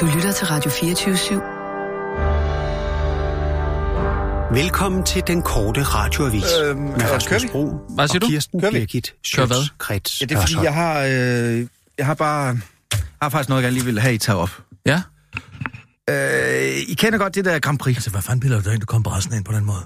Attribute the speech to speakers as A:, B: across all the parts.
A: Du lytter til Radio 24-7.
B: Velkommen til den korte radioavis
C: Øhm,
B: med
C: kører
B: Rasmus
C: vi?
B: Bro
D: Hvad siger
B: og
D: du?
B: Kirsten
C: Kører vi?
B: Birgit
D: Kører hvad?
B: Schøtz-Krets
C: Ja, det er fordi, jeg har, øh, jeg har bare... Jeg har faktisk noget, jeg gerne lige vil have, I tager op.
D: Ja.
C: Øh, I kender godt det der Grand Prix.
E: Altså, hvad fanden bilder du dig ind? Du kommer brasende ind på den måde.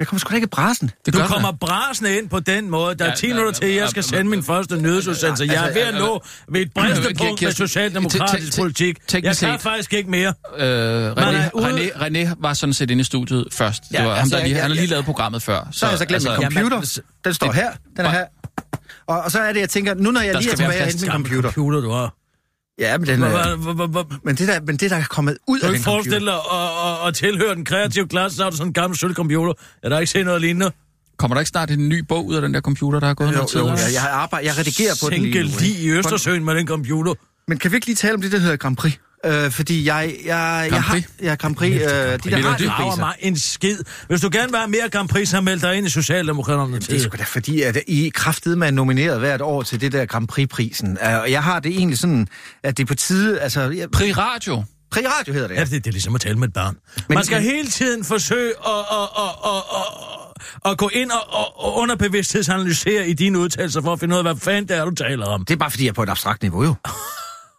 C: Jeg kommer sgu da ikke i brassen.
D: Det
E: Du
D: gør den
E: kommer
D: da.
E: brasende ind på den måde. Der
D: Ja,
E: er 10
D: ja,
E: minutter
D: ja,
E: til, at
D: ja,
E: jeg skal
D: ja,
E: sende
D: ja,
E: min første nødsudsendelse. Jeg er ved at
D: altså,
E: nå ved et bristepunkt med
D: Kirsten, te- te-
E: socialdemokratisk
D: te-
E: politik. Jeg
D: teknisk
E: kan
D: set.
E: faktisk ikke mere.
D: Øh,
E: Man
D: René,
E: er ude-
D: René, René var sådan set inde i studiet først. Det
C: Ja,
D: var ham,
C: altså,
D: der lige,
C: ja,
D: han har lige
C: ja.
D: lavet programmet før. Altså,
C: Så har jeg så glemt min computer. Den står her. Den er her. Og, og så er det, jeg tænker, nu når jeg
D: Der
C: lige er
D: skal være
C: tilbage og
D: plads
C: henter
D: til
C: min
E: Gammel
C: computer.
E: computer, du har.
C: Ja, men den...
E: Hvor-
C: Øh,
E: hvor- hvor- hvor-
C: men, det der, men det, der er kommet ud af
E: Du kan
C: den
E: ikke forestille
C: computer...
E: dig at- at- at tilhøre den kreative klasse, så har du sådan en gammel sølvcomputer. Jeg har da ikke set noget lignende.
D: Kommer der ikke snart en ny bog ud af den der computer, der er gået noget tid?
C: Jo, jo,
D: eller?
C: jeg, jeg, arbejder, jeg redigerer på den
E: Sænke
C: lige nu, ikke?
E: lige i Østersøen med den computer.
C: Men kan vi ikke lige tale om det, der hedder Grand Prix? Øh, fordi jeg, jeg, jeg,
D: Grand
C: har...
D: Prix?
C: Ja, Grand Prix. Øh, de der
D: Melodi
C: radio-
E: Det
D: Det
E: rager
D: viser.
E: mig en skid. Hvis du gerne vil have mere Grand Prix, så meld dig ind i Socialdemokraterne.
C: Det er sgu da fordi, at I kraftede man nomineret hvert år til det der Grand Prix-prisen. Øh, Og jeg har det egentlig sådan, at det er på tide... Altså, jeg,
D: Pri Radio.
C: Prix Radio hedder det. Altså, Ja.
E: Ja, det, det er ligesom at tale med et barn. Men, Man skal men... hele tiden forsøge at, at, at, at, at, at gå ind og, og, og underbevidsthedsanalysere i dine udtalelser for at finde ud af, hvad fanden det er, du taler om.
C: Det er bare fordi, jeg er på et abstrakt niveau, jo.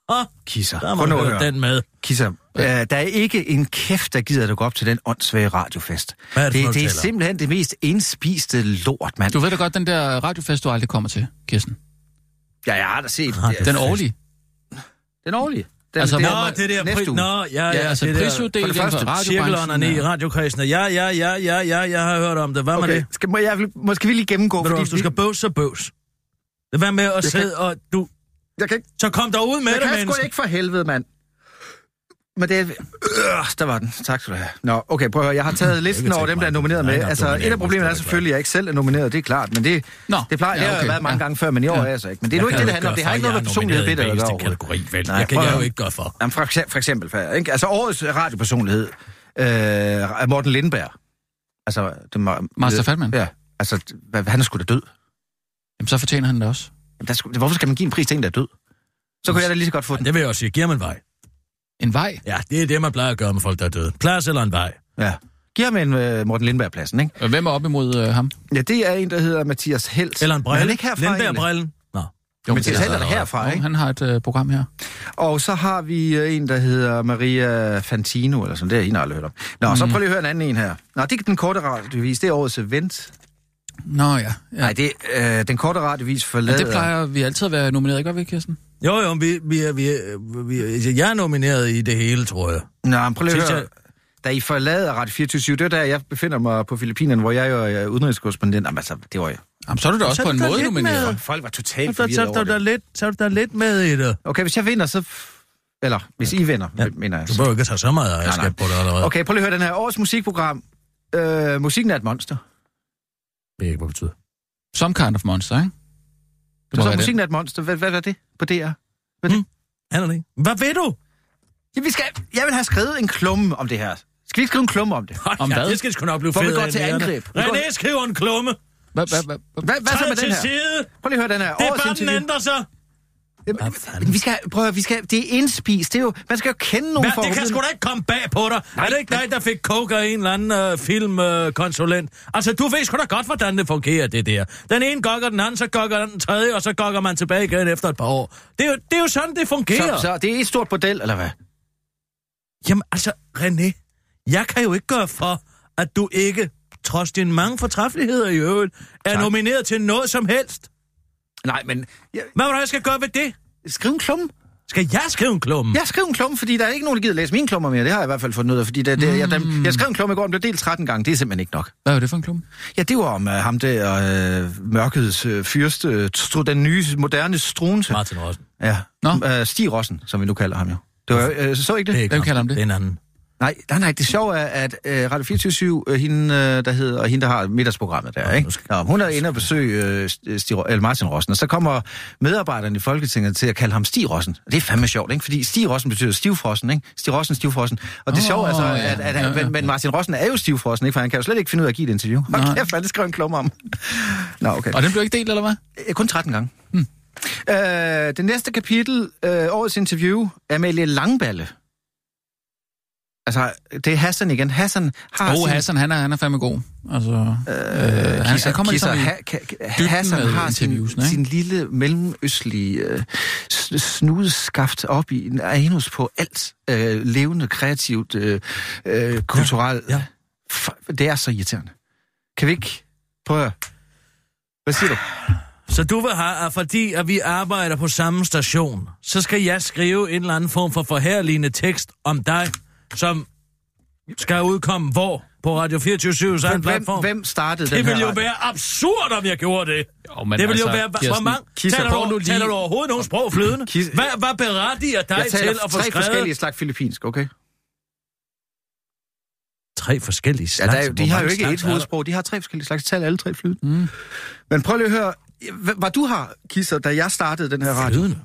E: Ah,
C: Kisser.
E: der må
C: Prøv nu
E: man
C: at
E: høre
C: høre.
E: den med.
C: Kisser, øh, der er ikke en kæft, der gider at gå op til den åndssvage radiofest.
E: Hvad er det for
C: det,
E: noget,
C: det
E: du
C: er
E: taler om?
C: simpelthen det mest indspiste lort, mand.
D: Du ved da godt, den der radiofest, du aldrig kommer til, Kirsten.
C: Ja, jeg har da set
E: Radio-
C: den.
D: Den årlige.
C: Den årlige. Den,
D: Altså,
C: er
D: nå,
C: med-
E: Nå, det der
C: næste
E: pris...
C: uge.
E: Nå, ja, ja,
D: Ja, altså
E: det der-
D: prisuddeling
E: for det første,
D: fra radiobranchen,
E: Cirkelånderne i
D: ja.
E: radiokredsene. Ja, ja, ja, ja, ja, jeg har hørt om det. Hvad okay. med
C: Okay,
E: det?
C: skal, må, jeg, måske vi lige gennemgå,
E: Ved du,
C: fordi
E: hvis du skal bøvs, så bøvs. Det var med at sidde og... Du,
C: jeg kan ikke
E: så kom der ud med
C: Jeg
E: det,
C: kan sgu
E: menneske.
C: ikke for helvede, mand. Men det er... Øh, der var den. Tak skal du have. Nå, okay, prøv at høre. Jeg har taget listen
E: tænke
C: over dem, der er
E: mig.
C: nomineret
E: Nej,
C: med.
E: nej,
C: Altså,
E: dominant
C: et af problemet er
E: modstander,
C: selvfølgelig, at jeg ikke selv er nomineret, det er klart. Men det,
D: Nå,
C: det plejer
D: ja,
C: jeg har
D: okay,
C: været mange
D: ja.
C: gange før, men i år er jeg så ikke. Men det er nu
E: Jeg
C: ikke
E: kan
C: det,
E: jo
C: det handler om.
E: gøre
C: Det har
E: for,
C: ikke
E: jeg
C: noget med
E: er
C: personlighed
E: nomineret i
C: ved det at
E: den
C: gøre
E: eneste kategori, vel?
C: Nej,
E: Det kan
C: prøv at
E: jeg jo
C: høre.
E: ikke gøre for.
C: Jamen, for, ekse- for eksempel, for- ikke? altså årets radiopersonlighed øh, er Morten Lindberg. Altså, det må,
D: Master Fatman.
C: Ja, altså, hvad- han er sgu da død.
D: Jamen, så fortjener han det også.
C: Jamen, Der skulle, hvorfor skal man give en pris til en, der er død? Så kunne jeg da lige så godt få den.
E: Det vil jeg også sige. Giver man vej?
D: En vej.
E: Ja, det er det, man plejer at gøre med folk, der er døde. Plads eller en vej?
C: Ja. Giv ham en øh, Morten Lindberg-pladsen, ikke?
D: Og Hvem er op imod øh, ham?
C: Ja, det er en, der hedder Mathias Helt.
E: Eller en
C: Men han
E: brille?
C: er ikke herfra egentlig.
E: Lindberg-brillen? Nå.
D: Jo,
C: Men det er
D: altså-
C: heller ikke herfra,
D: Jo,
C: ikke?
D: Han har et øh, program her.
C: Og så har vi øh, en, der hedder Maria Fantino, eller sådan, det har jeg aldrig hørt om. Nå, mm. så prøv lige at høre en anden en her. Nå, det er ikke den korte radiovis, det er årets event.
D: Nå ja. ja.
C: Nej, det er øh, den korte radiovis
D: Men
C: forlader...
D: det plejer vi altid at være nomineret, ikke? Hvad vi, Kirsten?
E: Jo, jo, vi, vi, er, vi, er, vi er, altså, jeg er nomineret i det hele, tror jeg.
C: Nå, men prøv lige at
E: Sidst
C: høre. Da I forlader Radio 24 det er der, jeg befinder mig på Filippinerne, hvor jeg jo er udenrigskorrespondent. Jamen altså, det var jo...
D: Jamen, så er du da også
E: er
D: på
E: du
D: en
E: da
D: måde
E: lidt
D: nomineret.
C: Folk var totalt
E: Så,
C: forvirret
E: så,
C: over
E: så, der
C: det.
E: lidt, så er der lidt med i det.
C: Okay, hvis jeg vinder, så... Eller, hvis I vinder, ja. mener jeg.
E: Du behøver ikke at tage så meget
C: Nej,
E: ejerskab
C: nej.
E: på det allerede.
C: Okay, prøv lige at høre den her. Årets musikprogram. Øh, musikken er et monster.
E: Det er ikke, hvad det betyder.
D: Some kind of monster, ikke? Det
C: Det
D: må
C: så
D: være
C: musikken
D: den.
C: er et monster. Hvad, hvad er det på DR?
E: Handler det ikke? Hvad ved du?
C: Ja, vi skal, jeg vil have skrevet en klumme om det her. Skal vi ikke skrive en klumme om det?
D: Om hvad?
E: Det skal sgu nok blive
C: Hvor vi
E: fedt.
C: går til angreb. Vi går-
E: René skriver en klumme.
D: Hvad, hvad, hvad, hvad?
C: Hvad, hvad så
E: Træd
C: med den
E: til
C: her?
E: side.
C: Prøv lige at høre den her.
E: Det er
C: Årets
E: bare, den
C: interview.
E: ændrer sig.
C: Jamen,
E: Hvad fanden?
C: Vi skal, prøv at høre, vi skal, det er indspist. Det er jo, man skal jo kende nogen
E: Hvad,
C: for
E: det kan sgu da ikke komme bag på dig. er det ikke dig, der fik coke af en eller anden øh, filmkonsulent? altså, du ved sgu da godt, hvordan det fungerer, det der. Den ene gokker den anden, så gokker den tredje, og så gokker man tilbage igen efter et par år. Det er jo, det er jo sådan, det fungerer.
C: så, så det er et stort bordel, eller hvad?
E: Jamen altså, René, jeg kan jo ikke gøre for, at du ikke, trods dine mange fortræffeligheder i øvrigt, er
C: Tak.
E: nomineret til noget som helst.
C: Nej, men jeg,
E: Hvad var det, jeg skal gøre ved det?
C: skriv en klumme.
E: Skal jeg skrive en klumme?
C: Jeg skrev en klumme, fordi der er ikke nogen, der gider læse mine klummer mere. Det har jeg i hvert fald fundet ud af, fordi det, det, jeg, dem, jeg skrev en klumme i går, den blev delt 13 gange. Det er simpelthen ikke nok.
D: Hvad er det for en klub?
C: Ja, det var om uh, ham der, uh, mørkets uh, fyrste, øh, stru, den nye, moderne strunse.
E: Martin Rossen.
C: Ja.
D: Nå.
C: Øh, Stig Rossen, som vi nu kalder ham jo. Det var, øh, så ikke det?
E: Det er ikke
D: Hvem
E: ham.
D: kalder ham det?
E: Det er en anden.
C: Nej, nej, nej, det sjove er, at øh, Radio 24 øh, hende, øh, der hedder, og hende, der har middagsprogrammet der, ikke? Nå, hun er inde og besøge øh, Stig, eller Martin Rossen, og så kommer medarbejderne i Folketinget til at kalde ham Stig Rossen. Og Det er fandme sjovt, ikke? Fordi Stig Rossen betyder stivfrossen, ikke? Stig Rossen, stivfrossen. Og det
D: Åh,
C: sjove er så,
D: ja,
C: at, at, at
D: ja,
C: ja,
D: ja.
C: Men, men Martin Rossen er jo stivfrossen, ikke? For han kan jo slet ikke finde ud af at give et interview. Hold
D: Nej.
C: kæft, det skrev en klumme om. Nå, okay.
D: Og den blev ikke delt, eller hvad?
C: Øh, Kun 13 gange. Hmm. Øh, det næste kapitel, øh, årets interview, Amalie Langballe. Altså, det er Hassan igen. Hassan har
D: Åh,
C: sin...
D: Hassan, han er, han er fandme god. Altså, øh, han, han kommer
C: Kisser,
D: ligesom... i-
C: ha, ka, ka-
D: dybden
C: Hassan
D: med
C: har sin,
D: interviewsene, ikke?
C: sin lille mellemøstlige øh, s- snudeskaft op i en anus på alt øh, levende, kreativt, øh, øh, kulturelt.
E: Ja, ja.
C: F- Det er så irriterende. Kan vi ikke prøve at... Hvad siger du?
E: Så du vil have, at fordi at vi arbejder på samme station, så skal jeg skrive en eller anden form for forherligende tekst om dig, som skal udkomme hvor? På Radio 24 egen
C: Hvem,
E: platform?
C: hvem startede den
E: det
C: her
E: ville jo
C: radio?
E: være absurd, om jeg gjorde det.
D: Jo, men
E: det ville
D: altså,
E: jo være... Hvor
D: Kirsten,
E: mange...
C: Kisser,
E: Taler
D: prøv nu
E: du,
D: lige-
E: taler du overhovedet nogen sprog flydende?
C: Kis-
E: Hvad, hvad berediger dig
C: Jeg
E: til
C: taler
E: at få
C: tre
E: skrevet...
C: forskellige slags filippinsk, okay?
E: Tre forskellige
C: Ja,
E: slags?
C: der er, jo-
E: Hvor
C: de har jo
E: mange
C: ikke
E: slags
C: et
E: er der?
C: hovedsprog, de har tre forskellige slags tal, alle tre flydende. Mm. Men prøv lige at høre, hva- hvad du har, Kisser, da jeg startede den her radio.
E: Flydende?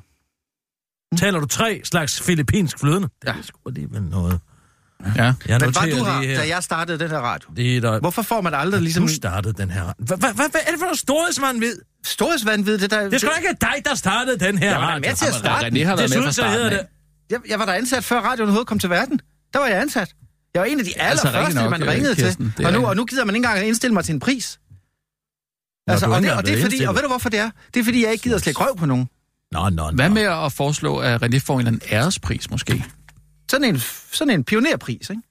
E: Taler du tre slags filippinsk flydende? Det er sgu alligevel noget.
D: Ja.
E: Jeg
C: Men hvad
E: noterer
C: du har,
E: lige her.
C: da jeg startede den her radio.
E: Det er der...
C: Hvorfor får man aldrig
E: Ligesom...
C: ligesom...
E: Du startede den her... Hvad hva, hva, hva er det for noget storhedsvandvid?
C: Storhedsvandvid, det der...
E: Det er sgu da ikke dig, der startede den her
C: Jeg var da
E: radio.
C: med til at starte.
D: René har været med fra
E: Desuden så
D: starten
E: hedder
D: af.
E: det...
C: Jeg, jeg var da ansat, før radioen overhovedet kom til verden. Der var jeg ansat. Jeg var en af de
D: altså
C: allerførste,
D: rigtigt nok,
C: man
D: øh,
C: ringede
D: Kirsten, det
C: til.
D: er
C: Og nu,
D: rigtigt.
C: og nu gider man ikke engang indstille mig til en pris.
E: Nå,
C: Altså,
E: du er
C: og,
E: ikke
C: det, og,
E: engang
C: det er
E: blevet
C: fordi, og ved du hvorfor det er? Det er fordi, jeg ikke gider at slække røv på nogen.
E: Nå, nå, nå.
D: Hvad med at foreslå, at René får en eller anden ærespris, måske?
C: Sådan en, sådan en pionerpris, ikke?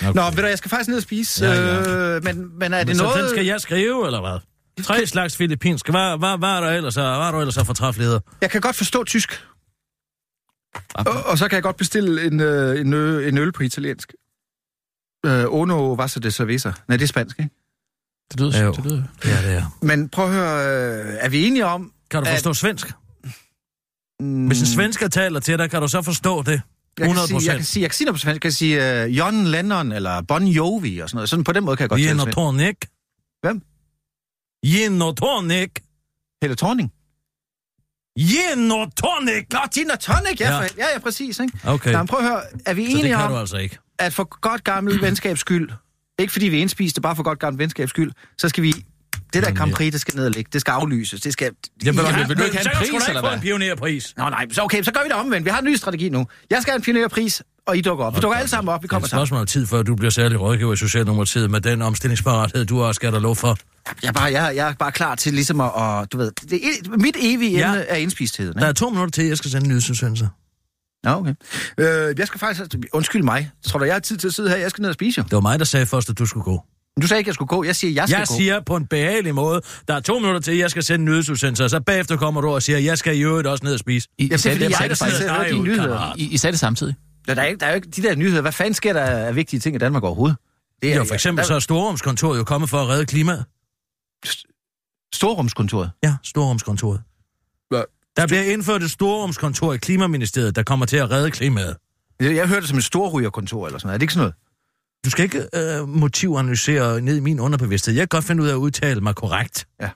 C: Okay. Nå, ved du, jeg skal faktisk ned og spise.
E: Ja, ja.
C: Øh, men, men er det
E: Men så
C: noget...
E: den skal jeg skrive, eller hvad? Tre slags filippinsk. Hvad, hvad, hvad er der ellers, af- hvad er der ellers af fortræffeligheder?
C: Jeg kan godt forstå tysk.
E: Ah.
C: Og, og så kan jeg godt bestille en, øh, en, ø, en øl på italiensk. Øh, ono vaso de cerveza. Nej, det er spansk, ikke?
D: Det lyder,
E: Jo.
D: det lyder.
E: Ja, det er.
C: Men prøv at høre, øh, er vi enige om...
E: Kan du
C: At-
E: forstå svensk?
C: Mm,
E: Hvis en svensker taler til dig, kan du så forstå det?
C: jeg kan
E: 100
C: sige, jeg, kan
E: procent.
C: sige, jeg kan sige noget på svensk. Jeg kan sige øh, John Lennon eller Bon Jovi og sådan noget. Sådan på den måde kan jeg godt
E: Gin
C: tale
E: og
C: svensk.
E: tonic.
C: Hvem?
E: Gin og tonic.
C: Helle Thorning.
E: Gin og tonic.
C: Nå, Tina Tonic, ja,
E: Ja.
C: for- ja, ja, præcis. Ikke?
E: Okay,
C: Nå, men prøv at høre, er vi
E: så det
C: enige
E: kan
C: om,
E: du altså ikke.
C: at for godt gammel venskabs skyld, ikke fordi vi er indspiste, bare for godt gammel venskabs skyld, så skal vi... Det der Grand Prix, det skal ned og ligge. Det skal aflyses. Det skal...
D: Jamen, vil du-
C: Ja.
D: vil du ikke have en
E: Så kan du
D: pris,
E: sgu da
D: eller
E: ikke få
D: hvad?
E: en pionerpris.
C: Nå nej, så okay, så gør vi det omvendt. Vi har en ny strategi nu. Jeg skal have en pionerpris, og I dukker op. Vi dukker alle sammen op, vi
E: Det er
C: kommer
E: et
C: sammen.
E: spørgsmål om tid, før du bliver særlig rådgiver i Socialdemokratiet med den omstillingsparathed, du også skal der lov for.
C: Jeg er bare, jeg, jeg er bare klar til ligesom at, og, du ved, det, er- mit evige
E: Ja.
C: ja. emne er indspistheden.
E: Der er
C: Ikke?
E: to minutter til, jeg skal sende en nyhedsudsendelse.
C: Nå, okay. Øh, jeg skal faktisk, undskyld mig, tror du, jeg har tid til at sidde her? Jeg skal ned og spise jo.
E: Det var mig, der sagde først, at du skulle gå.
C: Men Du sagde ikke, jeg skulle gå. Jeg siger, jeg skal
E: Jeg
C: gå.
E: siger på en behagelig måde, der er to minutter til, jeg skal sende en nyhedsudsendelse, og så bagefter kommer du og siger, jeg skal i øvrigt også ned og spise.
D: I,
C: Jamen, det er
D: sagde
C: fordi, jeg
D: sagde
C: er ikke
D: faktisk-
C: sidder og
E: Nej,
C: hører dine
E: jo,
C: nyheder.
E: kammerat.
D: I, I sagde det samtidig.
C: Der er, ikke, der er jo ikke de der nyheder. Hvad fanden sker der af vigtige ting i Danmark overhovedet? Det
E: Jo, for eksempel
C: der-
E: så er Storrumskontoret jo kommet for at redde klimaet.
C: Storrumskontoret.
E: Ja, Storrumskontoret. Der bliver indført et Storrumskontor i Klimaministeriet, der kommer til at redde klimaet.
C: Jeg, jeg hørte det som et storrygerkontor eller sådan noget. Er det ikke sådan noget?
E: Du skal ikke øh, motivanalysere ned i min underbevidsthed. Jeg kan godt finde ud af at udtale mig korrekt.
C: Det er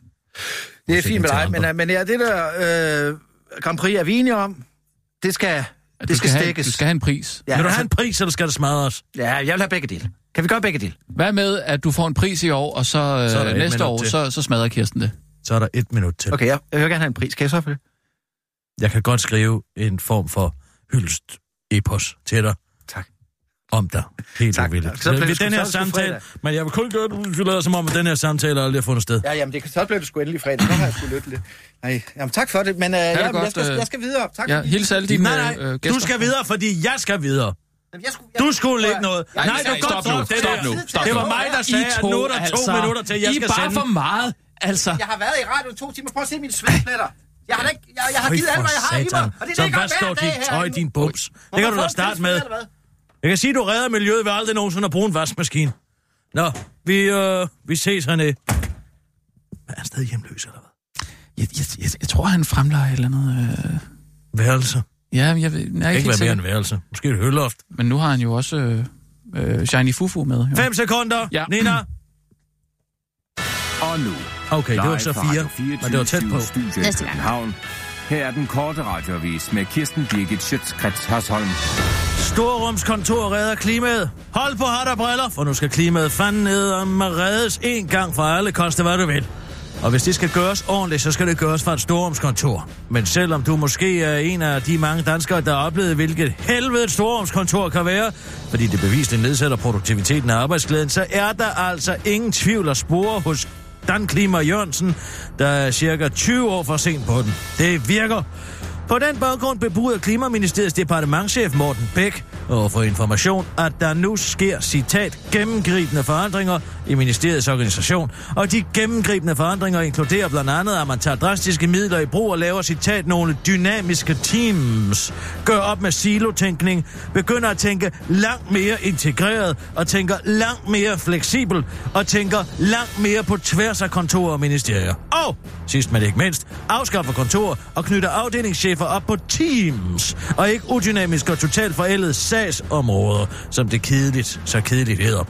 E: Måske
C: fint med
E: til
C: dig,
E: andre.
C: men, øh, men ja, det der øh, Grand Prix er vi enige om, det skal,
D: At
C: det skal,
D: have,
C: stikkes.
D: du skal have en pris.
E: Ja,
C: Ja,
E: Vil du
C: altså,
E: have en pris, eller skal det smadres?
C: ja, jeg vil have begge dele. Kan vi gøre begge dele?
D: Hvad med, at du får en pris i år, og så, øh,
E: Så er der et
D: næste
E: minut
D: år,
E: til.
D: så, så smadrer Kirsten det?
E: Så er der et minut til.
C: Okay, jeg, jeg vil gerne have en pris. Kan jeg så for det?
E: Jeg kan godt skrive en form for hyldst epos til dig.
C: Tak.
E: Om dig. Helt
C: Tak.
E: uvilligt.
C: Så blev det
E: Ved
C: sgu-
E: den her
C: så er det sgu
E: samtale, men jeg vil kun gøre det, du lader som om, at den her samtale aldrig har fundet sted.
C: Ja, jamen, det, kan- så blev det sgu endelig fredag. Så har jeg sgu lyttet lidt. Nej, jamen, tak for det, men øh, jamen,
D: godt,
C: jeg, skal,
D: øh,
C: jeg skal videre. Tak.
D: Ja,
C: fordi-
D: hils alle dine
E: nej,
D: øh,
E: nej,
D: øh, gæster.
E: du skal videre, fordi jeg skal videre.
C: Jamen, jeg skulle, jeg,
E: Du skulle
C: Prøv
E: lidt
C: at-
E: noget.
C: Jeg-
E: Nej, du kan godt
D: stop nu,
E: droppe det
D: stop
E: der.
D: nu, stop
E: Det var
D: nu. altså,
E: mig, der sagde, at nu er der to minutter til, jeg
D: I
E: skal
D: er bare
E: sende.
D: for meget, altså.
C: Jeg har været i radioen to timer. Prøv at se mine svedpletter. Jeg har, da ikke, jeg, jeg har
E: Fy
C: givet alt,
E: for
C: hvad jeg har i mig.
E: satan.
C: Og det er
E: Så
C: det, jeg
E: hvad
C: gør hver
E: står
C: dag
E: dit tøj,
C: herinde.
E: din bums? Det kan du da starte med. Jeg kan sige, du redder miljøet ved aldrig nogensinde at bruge en vaskemaskine. Nå, vi, øh, vi ses hernede. Er han stadig hjemløs, eller hvad?
D: Jeg, jeg, jeg, jeg tror, han fremlejer et eller andet... Øh...
E: Værelse.
D: Ja, jeg, ved- nej, jeg er
E: Ikke
D: ikke
E: være mere
D: helt
E: end
D: sikker.
E: værelse. Måske et hølloft.
D: Men nu har han jo også øh, øh, Shiny Fufu med. Jo.
E: Fem sekunder.
D: Ja.
E: Nina.
F: Og nu,
E: Okay, det var
F: live
E: så
F: fra
E: fire,
F: Radio 24,
E: men det var tæt på.
F: Studio i
G: Næste gang.
F: København. Her er den korte radiovis med Kirsten Birgit Schøtzgrads Hasholm.
E: Storrums kontor redder klimaet. Hold på hat og briller, for nu skal klimaet fanden ned og reddes en gang for alle, koste hvad du vil. Og hvis det skal gøres ordentligt, så skal det gøres fra et storrumskontor. Men selvom du måske er en af de mange danskere, der har oplevet, hvilket helvede et storrumskontor kan være, fordi det bevisligt nedsætter produktiviteten og arbejdsglæden, så er der altså ingen tvivl at spore hos Dan Klima Jørgensen, der er cirka 20 år for sent på den. Det virker. På den baggrund bebuder Klimaministeriets departementchef Morten Bæk over for information, at der nu sker, citat, gennemgribende forandringer i ministeriets organisation, og de gennemgribende forandringer inkluderer blandt andet, at man tager drastiske midler i brug og laver, citat, nogle dynamiske teams, gør op med silotænkning, begynder at tænke langt mere integreret, og tænker langt mere fleksibel, og tænker langt mere på tværs af kontorer og ministerier. Og, sidst men ikke mindst, afskaffer kontorer og knytter afdelingschefer op på teams, og ikke udynamisk og totalt forældede sagsområder, som det kedeligt, så kedeligt hedder.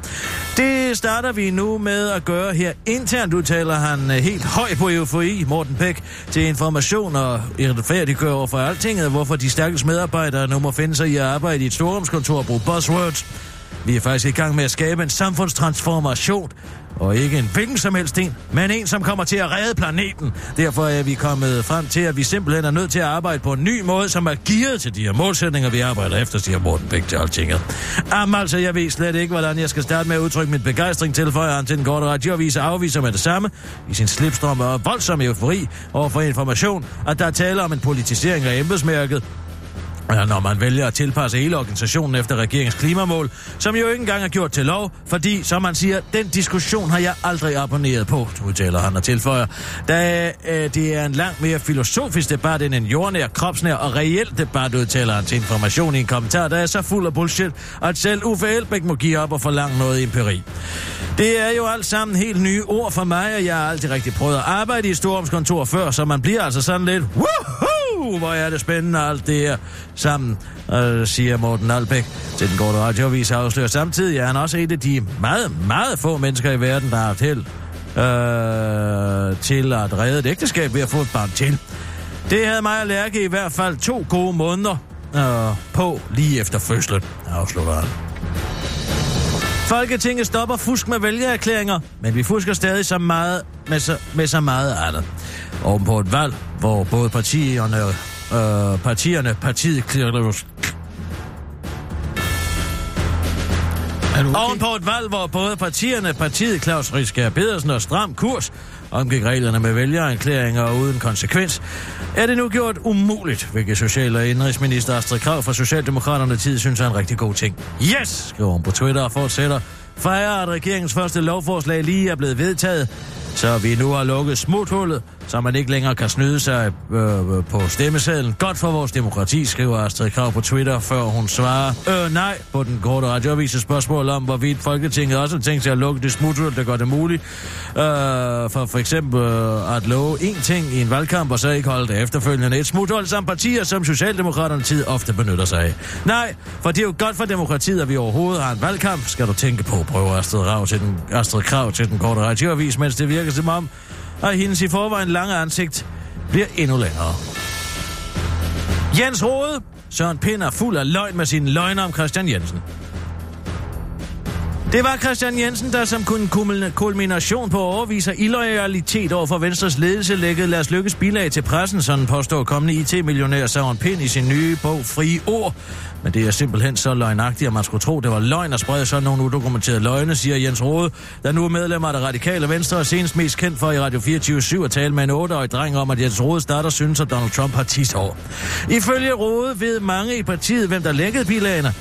E: Det starter vi nu med at gøre her internt, udtaler han øh, helt høj på eufori, Morten Bæk, til information og retfærdiggør over for altinget, hvorfor de stakkels medarbejdere nu må finde sig i at arbejde i et storrumskontor og bruge buzzwords. Vi er faktisk i gang med at skabe en samfundstransformation, og ikke en hvilken som helst en, men en, som kommer til at redde planeten. Derfor er vi kommet frem til, at vi simpelthen er nødt til at arbejde på en ny måde, som er gearet til de her målsætninger, vi arbejder efter, siger Morten Bæk til Altinget. Jamen altså, jeg ved slet ikke, hvordan jeg skal starte med at udtrykke min begejstring, tilføjer han til den korte radioavis og afviser med det samme i sin slipstrøm og voldsom eufori over for information, at der er tale om en politisering af embedsmærket, Ja, når man vælger at tilpasse hele organisationen efter regeringens klimamål, som jo ikke engang er gjort til lov, fordi, som man siger, den diskussion har jeg aldrig abonneret på, udtaler han og tilføjer. Da øh, det er en langt mere filosofisk debat end en jordnær, kropsnær og reel debat, udtaler han til information i en kommentar, der er så fuld af bullshit, at selv Uffe Elbæk må give op og forlange noget empiri. Det er jo alt sammen helt nye ord for mig, og jeg har aldrig rigtig prøvet at arbejde i Storumskontor før, så man bliver altså sådan lidt... Woohoo! Uh, hvor er det spændende alt det her sammen, øh, siger Morten Albæk. Til den korte radioavis afslører samtidig, at han også er et af de meget, meget få mennesker i verden, der har haft held øh, til at redde et ægteskab ved at få et barn til. Det havde mig og Lærke i hvert fald to gode måneder øh, på lige efter fødslen, afslutter han. Folketinget stopper fusk med vælgererklæringer, men vi fusker stadig så meget med så, med så meget andet. Oven på et valg, hvor både partierne, øh, partierne, partiet,
D: Er du
E: Oven
D: okay?
E: på et valg, hvor både partierne, partiet Claus Riskær Pedersen og Stram Kurs omgik reglerne med vælgererklæringer og uden konsekvens, er det nu gjort umuligt, hvilket social- og indrigsminister Astrid Krav fra Socialdemokraterne tid synes er en rigtig god ting. Yes, skriver hun på Twitter og fortsætter. Fejrer, at regeringens første lovforslag lige er blevet vedtaget, så vi nu har lukket smuthullet, så man ikke længere kan snyde sig øh, øh, på stemmesedlen. Godt for vores demokrati, skriver Astrid Krav på Twitter, før hun svarer øh, nej på den korte radioavise spørgsmål om, hvorvidt Folketinget også har tænkt sig at lukke det smuthul, der gør det muligt. Øh, for for eksempel øh, at love én ting i en valgkamp, og så ikke holde det efterfølgende. Et smuthul som partier, som Socialdemokraterne tid ofte benytter sig af. Nej, for det er jo godt for demokratiet, at vi overhovedet har en valgkamp, skal du tænke på, prøver Astrid, Rav til den, Astrid Krav til den korte radioavis, mens det virker som om, og hendes i forvejen lange ansigt bliver endnu længere. Jens Rode, Søren Pind er fuld af løgn med sine løgne om Christian Jensen. Det var Christian Jensen, der som kun kumul- kulmination på overviser illoyalitet over for Venstres ledelse lækkede Lars Lykkes bilag til pressen, sådan påstår kommende IT-millionær Søren Pind i sin nye bog Fri Ord. Men det er simpelthen så løgnagtigt, at man skulle tro, det var løgn at sprede sådan nogle udokumenterede løgne, siger Jens Rode, der nu er medlem af det radikale Venstre og senest mest kendt for i Radio 24 at tale med en 8-årig dreng om, at Jens Rode starter synes, at Donald Trump har 10 år. Ifølge Rode ved mange i partiet, hvem der lækkede bilagene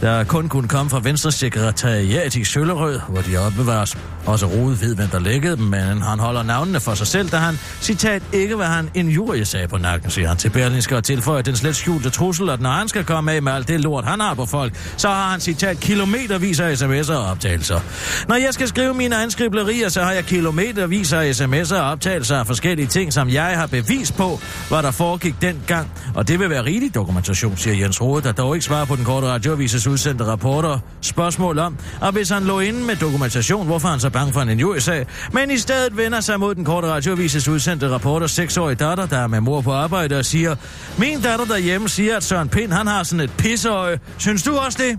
E: der kun kunne komme fra Venstres sekretariat i Søllerød, hvor de opbevares. Også Rode ved, hvem der lækkede dem, men han holder navnene for sig selv, da han, citat, ikke var han en jury sag på nakken, siger han til Berlingske og tilføjer den slet skjulte trussel, at når han skal komme af med alt det lort, han har på folk, så har han, citat, kilometervis af sms'er og optagelser. Når jeg skal skrive mine anskriblerier, så har jeg kilometervis af sms'er og optagelser af forskellige ting, som jeg har bevis på, hvad der foregik dengang. Og det vil være rigelig dokumentation, siger Jens Rode, der dog ikke svarer på den korte radioavises udsendte rapporter. Spørgsmål om, og hvis han lå inde med dokumentation, hvorfor er han så bange for en injuriesag? Men i stedet vender sig mod den korte radioavises udsendte rapporter seksårige datter, der er med mor på arbejde og siger, min datter derhjemme siger, at Søren Pind, han har sådan et pisseøje. Synes du også det?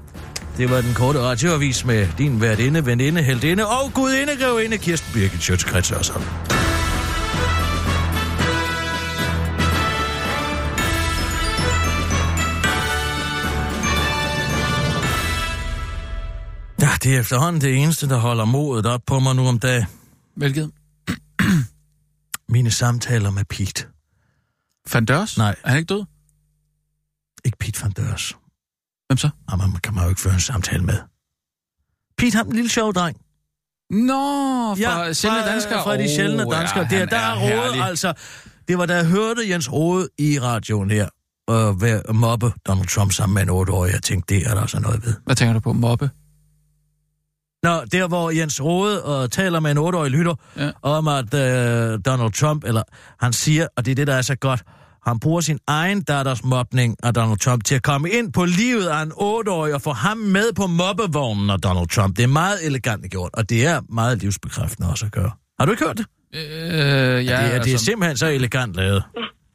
E: Det var den korte radioavis med din værtinde, veninde, heldinde og gudinde, grevinde Kirsten Birgit Sjøtskrets og sådan. det er efterhånden det eneste, der holder modet op på mig nu om dagen.
D: Hvilket?
E: Mine samtaler med Pete.
D: Van Dørs?
E: Nej.
D: Er han ikke død?
E: Ikke Pete van Dørs.
D: Hvem så?
E: Jamen, man kan man jo ikke føre en samtale med. Pete, ham, den lille sjove dreng.
D: Nå, fra ja, sjældne danskere.
E: Fra de sjældne
D: Åh,
E: danskere.
D: Ja,
E: det er,
D: han
E: der er Rode,
D: herlig.
E: altså. Det var da jeg hørte Jens Rode i radioen her og ved mobbe Donald Trump sammen med en 8-årig. Jeg tænkte, det er der altså noget ved.
D: Hvad tænker du på? Mobbe?
E: Nå, der hvor Jens Rode og taler med en 8-årig lytter
D: Ja.
E: ja. om, at øh, Donald Trump, eller han siger, og det er det, der er så godt, han bruger sin egen datters mobning af Donald Trump til at komme ind på livet af en 8-årig og få ham med på mobbevognen af Donald Trump. Det er meget elegant gjort, og det er meget livsbekræftende også at gøre. Har du ikke hørt det?
D: Øh, ja,
E: Ja, det, er, altså... det er simpelthen så elegant lavet,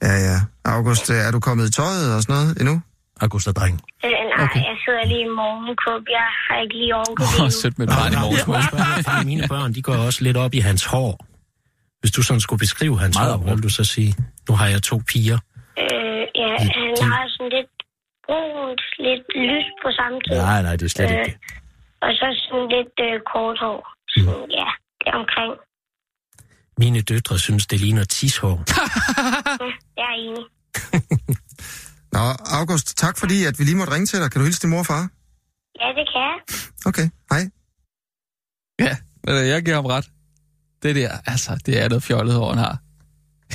G: Ja, ja. August, øh, er du kommet i tøjet og sådan noget endnu?
E: Augusta Dreng.
H: Øh, nej, okay. jeg sidder lige i morgenkåb. Jeg har ikke lige orket
D: Åh,
H: det endnu.
D: sødt med et barn i morges.
I: Fordi mine børn, de går også lidt op i hans hår. Hvis du sådan skulle beskrive hans
E: Meget
I: hår,
E: oprugt.
I: hvad vil du så sige, nu har jeg to piger.
H: Øh, ja, han har sådan lidt brunt, lidt lys på samme tid.
E: Nej, nej, det er slet
H: Øh,
E: ikke det.
H: Og så sådan lidt øh, kort hår. Sådan, ja, det er omkring.
I: Mm. Mine døtre synes, det ligner tishår.
H: Jeg er enig.
G: Nå, August, tak fordi, at vi lige måtte ringe til dig. Kan du hilse din mor og far?
H: Ja, det kan jeg.
G: Okay, hej.
D: Ja, men øh, jeg giver ham ret. Det der, altså, det er noget fjollet hår, han har.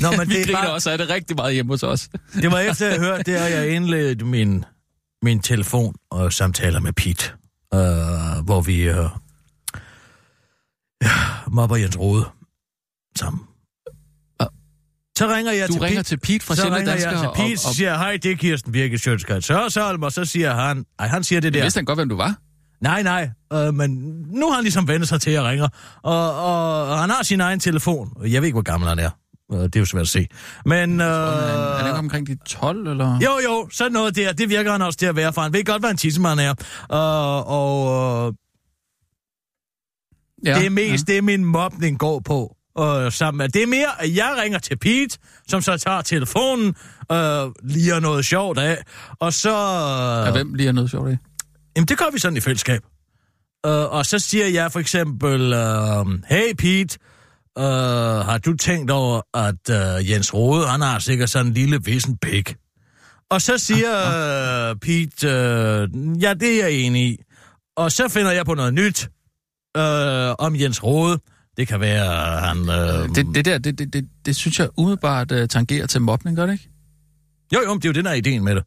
E: Nå, men
D: Vi
E: det er
D: griner
E: bare...
D: også af det rigtig meget hjemme hos os.
E: Det var efter, jeg hørte det, og jeg indledte min, min telefon og samtaler med Pete, øh, hvor vi øh, ja, mobber Jens Rode sammen.
D: Hva?
E: Så ringer jeg
D: Du
E: til
D: ringer
E: Altså, Pete.
D: til Pete fra
E: så
D: Sjælland
E: ringer jeg
D: Danskere.
E: til Pete, og, og... siger, hej, det er Kirsten Birke Sjøtskrets Sørsholm, og så siger han, nej, han siger det
D: Ja.
E: der,
D: Vidste han godt, hvem du var?
E: nej, nej, øh, men nu har han ligesom vendt sig til, at jeg ringer, og, og, og han har sin egen telefon, jeg ved ikke, hvor gammel han er, øh, det er jo svært at se, men... Øh,
D: Øh... Han, han er ikke omkring de 12, eller?
E: jo, jo, sådan noget der. Det virker han også til at være, for han ved godt, hvad en tissemand er. Uh, og uh, ja, det er mest ja. det, min mobning går på. Uh, sammen med. Det er mere, at jeg ringer til Pete, som så tager telefonen, uh, lige noget sjovt af, og så...
D: Ja.
E: Uh,
D: Ja, hvem lige er noget sjovt i?
E: Jamen, det gør vi sådan i fællesskab. Uh, og så siger jeg for eksempel, uh, hey Pete, uh, har du tænkt over, at uh, Jens Rode, han har sikkert sådan en lille vissen pik? Og så siger uh, Pete, uh, ja, det er jeg enig i. Og så finder jeg på noget nyt uh, om Jens Rode. Det kan være, at han... Uh,
D: Det, det der, det, det, det, det synes jeg umiddelbart uh, tangerer til mobning, gør det ikke?
E: Jo, jo, men det er jo den her ideen med det.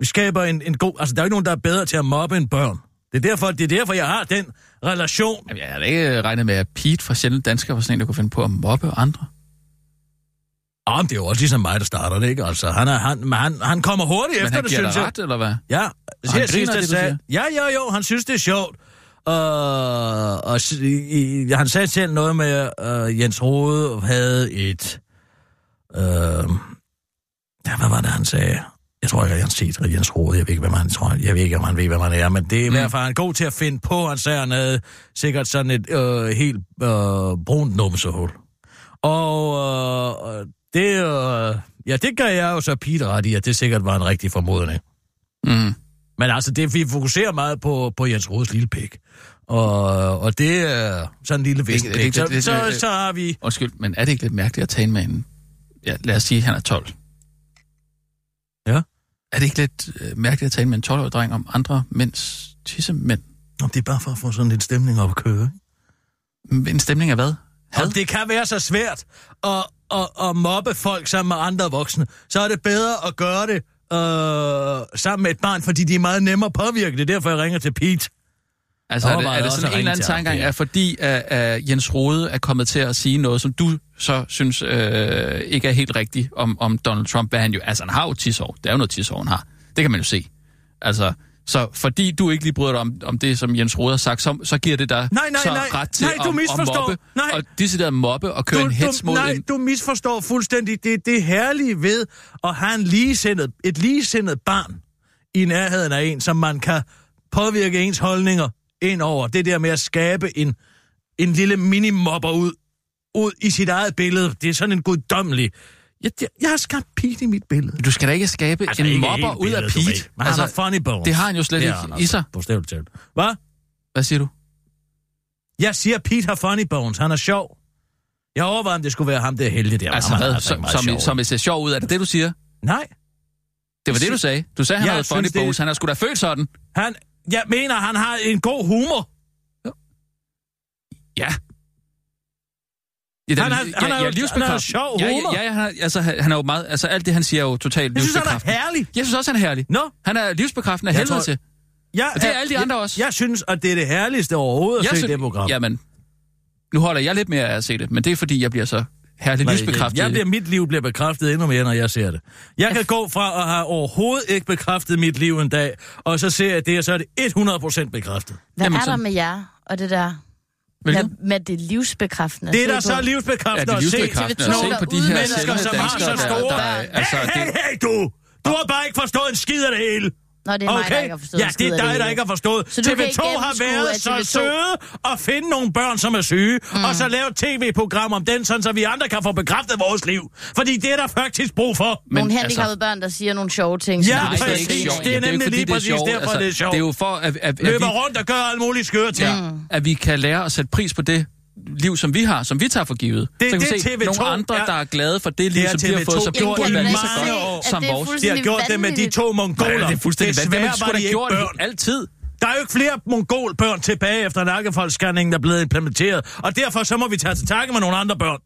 E: Vi skaber en, en god... Altså, der er jo ikke nogen, der er bedre til at mobbe end børn. Det er derfor, det er derfor jeg har den relation
D: Jamen, jeg havde da ikke øh, regnet med, at Pete fra Sjælland Danskere var sådan en, der kunne finde på at mobbe andre.
E: Ja, men det er jo også ligesom mig, der starter det, ikke? Altså, han, er, han, men han, han kommer hurtigt
D: Men
E: efter
D: han
E: det,
D: giver
E: synes
D: dig
E: jeg.
D: ret, eller hvad?
E: Ja,
D: han
E: her
D: griner
E: sidst,
D: af
E: jeg
D: det, du
E: sagde, ja, ja, jo, han synes, det er sjovt. Uh, og s- i, i- han sagde selv noget med, at uh, Jens Rode havde et... Uh, ja, hvad var det, han sagde? Jeg tror ikke, at Jens Tieter Jens Rode, jeg ved ikke, hvem han tror, jeg ved ikke, om han ved, hvem han er, men det er i hvert fald, han er god til at finde på, han sagde, han havde sikkert sådan et øh, helt øh, brunt numsehul. Og øh, det, øh, ja, det gør jeg jo så Peter ret i, at det sikkert var en rigtig formodning.
D: Mm.
E: Men altså, det, vi fokuserer meget på, på Jens Rodes lille pik. Og, og det er sådan en lille
D: er ikke- det er
E: vissenpik.
D: ikke-
E: Så,
D: det er-
E: så, så har vi...
D: Undskyld, men er det ikke lidt mærkeligt at tale med en... Ja, lad os sige, at han er 12.
E: Ja.
D: Er det ikke lidt øh, mærkeligt at tale med en 12-årig dreng om andre mænds tissemænd?
E: Nå, det er bare for at få sådan lidt stemning op at køre. ikke?
D: En stemning af hvad?
E: Om det kan være så svært at, at, at mobbe folk sammen med andre voksne, så er det bedre at gøre det øh, sammen med et barn, fordi de er meget nemmere at påvirke. Det er derfor, jeg ringer til Pete.
D: Altså, er det,
E: Overvejede
D: er det
E: også
D: sådan
E: at
D: en eller
E: ringe
D: anden
E: til ham,
D: tankegang,
E: ja.
D: at fordi at, at Jens Rode er kommet til at sige noget, som du så synes øh, ikke er helt rigtigt om, om Donald Trump, hvad han jo... Altså, han har jo tidsår. Det er jo noget tidsår, han har. Det kan man jo se. Altså, så fordi du ikke lige bryder dig om, om det, som Jens Rode har sagt, så, så giver det dig
E: Nej, nej,
D: så
E: nej.
D: ret til
E: Nej, du
D: at,
E: misforstår.
D: at mobbe,
E: Nej.
D: og decideret mobbe og køre en hets mod
E: nej,
D: en...
E: du misforstår fuldstændig. Det, det herlige ved at have en ligesindet, et ligesindet barn i nærheden af en, som man kan påvirke ens holdninger ind over. Det der med at skabe en, en lille minimobber ud, ud i sit eget billede. Det er sådan en guddommelig... Jeg, jeg, jeg har skabt Pete i mit billede.
D: Du skal da ikke skabe altså, en
E: ikke
D: mobber
E: helt
D: ud af
E: billedet, du ved.
D: Pete.
E: Men altså, funny bones.
D: det har han jo slet
E: Det
D: ikke
E: har han
D: i
E: altså,
D: sig.
E: Bogstaveligt talt. Hvad?
D: Hvad siger du?
E: Jeg siger, Pete har funny bones. Han er sjov. Jeg overvejer, om det skulle være ham, det er heldig der.
D: altså,
E: Ham, han er
D: hvad,
E: altså ikke
D: som,
E: meget
D: som,
E: sjov.
D: som ser sjov ud, er det det, du siger?
E: Nej,
D: Det var det, du
E: synes-
D: sagde. Du sagde, han
E: Jeg
D: havde funny
E: synes, det-
D: bones. Han har sgu da følt sådan.
E: han... Jeg mener, han har en god humor.
D: Ja. Ja, den-
E: Han har-
D: ja,
E: han har
D: ja,
E: jo-
D: livsbekræftende.
E: han har jo sjov
D: Ja,
E: humor.
D: Ja, ja, ja han, er- altså, han han er jo meget... Altså, alt det, han siger, er jo totalt
E: Jeg synes, han er
D: livsbekræftende.
E: herlig.
D: Jeg synes også, han er herlig.
E: Nå,
D: Han er livsbekræftende af
E: Jeg
D: helvede
E: tror-
D: til.
E: jeg,
D: Og det er alle de andre
E: jeg,
D: også.
E: Jeg synes, at det er det herligste overhovedet at se det program.
D: Jamen, nu holder jeg lidt mere af at se det, men det er, fordi jeg bliver så herligt
E: Nej,
D: livsbekræftet.
E: Jeg bliver, mit liv bliver bekræftet endnu mere, når jeg ser det. Jeg kan gå fra at have overhovedet ikke bekræftet mit liv en dag, og så ser jeg det, og så er det 100% bekræftet.
J: Hvad
D: Jamen,
J: er der
D: sådan.
J: med jer og det der
D: Hvilket?
J: med, med det livsbekræftende?
E: Det er
J: at
E: da
J: se
E: så
J: på?
D: Ja,
E: livsbekræftende
D: det er
E: at se.
D: livsbekræftende at
J: TV2,
D: se på
J: der
D: de her
J: udmelder
D: sælgende
J: sig
E: som har så
D: danskere, der,
E: store-
D: der, er- altså,
E: Hey, hey,
D: det,
E: hey, du! Du har bare ikke forstået en skid af det hele.
J: Nå, det er mig, der ikke har forstået
E: ja,
J: en
E: det
J: skid
E: er
J: af
E: dig,
J: hele.
E: der ikke har forstået.
J: Så du kan ikke
E: TV2 har
J: gennemskue,
E: været
J: at
E: så
J: TV2
E: søde at finde nogle børn, som er syge, mm. og så lave et tv-program om den, sådan, så vi andre kan få bekræftet vores liv. Fordi det er der faktisk brug for.
D: men
J: Nogle
D: altså,
J: handicappede børn, der siger nogle sjove ting. som
E: Ja,
J: du
D: Nej,
J: kan
D: det er
J: se.
D: ikke
E: Præcis.
D: sjovt.
E: Det er
D: Jamen, jo ikke,
E: nemlig
D: fordi
E: lige
D: det er
E: præcis
D: sjovt. Altså,
E: derfor, det er sjovt.
D: Det er jo for, at, at, at, vi,
E: Løber rundt og gør alle mulige skøre ting.
D: ja,
J: Mm.
D: at vi kan lære at sætte pris på det liv, som vi har, som vi tager for givet.
E: Det-
D: så kan
E: det
D: vi se
E: TV2
D: nogle andre,
E: er-
D: der er glade for det liv,
E: Det er
D: som de har fået,
E: TV2
D: som
E: gjort
D: ikke
E: i
D: kunne være lige så
E: mange år.
D: godt som
J: At det er
D: vores.
E: De har gjort det med de to mongoler.
D: det er fuldstændig
E: Desværre
D: vanvittigt. Det
E: var
D: skulle
E: de
D: da
E: ikke
D: gjort
E: børn.
D: altid.
E: Der er jo ikke flere mongolbørn tilbage efter nakkefoldsscanningen, der er blevet implementeret. Og derfor så må vi tage til takke med nogle andre børn.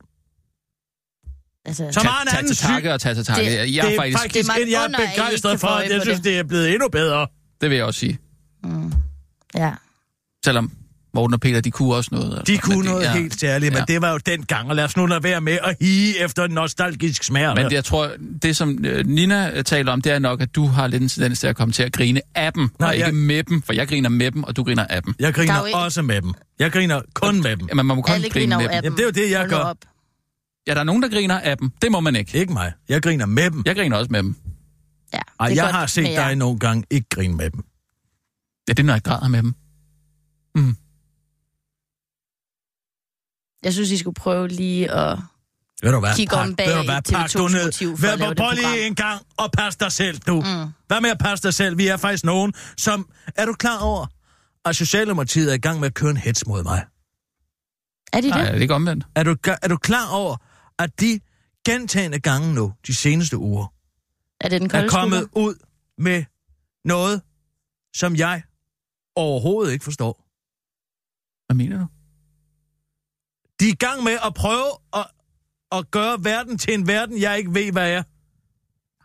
J: Altså,
E: Som har en
D: Tag
E: anden
D: til
E: syg.
D: takke og tag til takke.
J: Det-
D: Jeg
E: det
D: er
E: er
D: faktisk,
J: Det er
E: faktisk
J: mange
E: et, jeg
J: under, at I
E: er
J: ikke kan
E: begejstret
J: få
E: for, at
J: øje
E: jeg
J: på
E: synes,
J: det.
E: det er blevet endnu bedre.
D: det vil jeg også sige.
J: Mm. ja.
D: Selvom Morten og Peter, de kunne også noget. altså.
E: De
D: Men
E: kunne
D: det-
E: noget
D: ja.
E: helt særligt, men
D: Ja.
E: det var jo dengang, og lad os nu lade være med at hige efter en nostalgisk smerte.
D: Men det, jeg tror, det som øh, Nina øh, taler om, det er nok, at du har lidt en tendens til at komme til at grine af dem, Nej,
E: Nej,
D: og ikke jeg...
E: jeg-
D: med dem, for jeg griner med dem, og du griner af dem.
E: Jeg
J: Der er jo
E: griner
J: ikke-
E: også med dem. Jeg griner kun med dem.
D: Jamen, man må kun
J: Alle
D: grine
J: griner
D: med
J: jo
D: dem.
J: af dem.
E: Jamen, det er jo det, jeg
J: Hold nu
E: gør.
J: op.
D: Ja, der er nogen, der griner af dem. Det må man ikke.
E: Ikke mig. Jeg griner med dem.
D: Jeg griner også med dem.
J: Ja,
E: Ej,
J: det er
E: jeg
J: godt
E: har
J: med
E: set
J: jer.
E: dig nogle gange ikke grine med dem.
D: Ja, det er, når jeg græder med dem.
J: Jeg synes, I skulle prøve lige at...
E: Ved du hvad?
J: Kigge
E: pak-
J: om bag
E: ved du hvad,
J: i TV2's
E: pak du ned.
J: motiv for
E: Hvad-
J: at lave det
E: Prøv lige
J: program.
E: en gang og pas dig selv, du.
J: Mm.
E: Hvad med at passe dig selv? Vi er faktisk nogen, som... Er du klar over, at Socialdemokratiet er i gang med at køre en hets mod mig?
J: Er de
D: Nej,
J: det?
D: er det ikke omvendt?
E: Er du, er du klar over, at de gentagende gange nu, de seneste uger,
J: Er det den
E: er
J: kolde
E: kommet
J: skulder?
E: ud med noget, som jeg overhovedet ikke forstår?
D: Hvad mener du?
E: De er i gang med at prøve at, at gøre verden til en verden, jeg ikke ved, hvad er.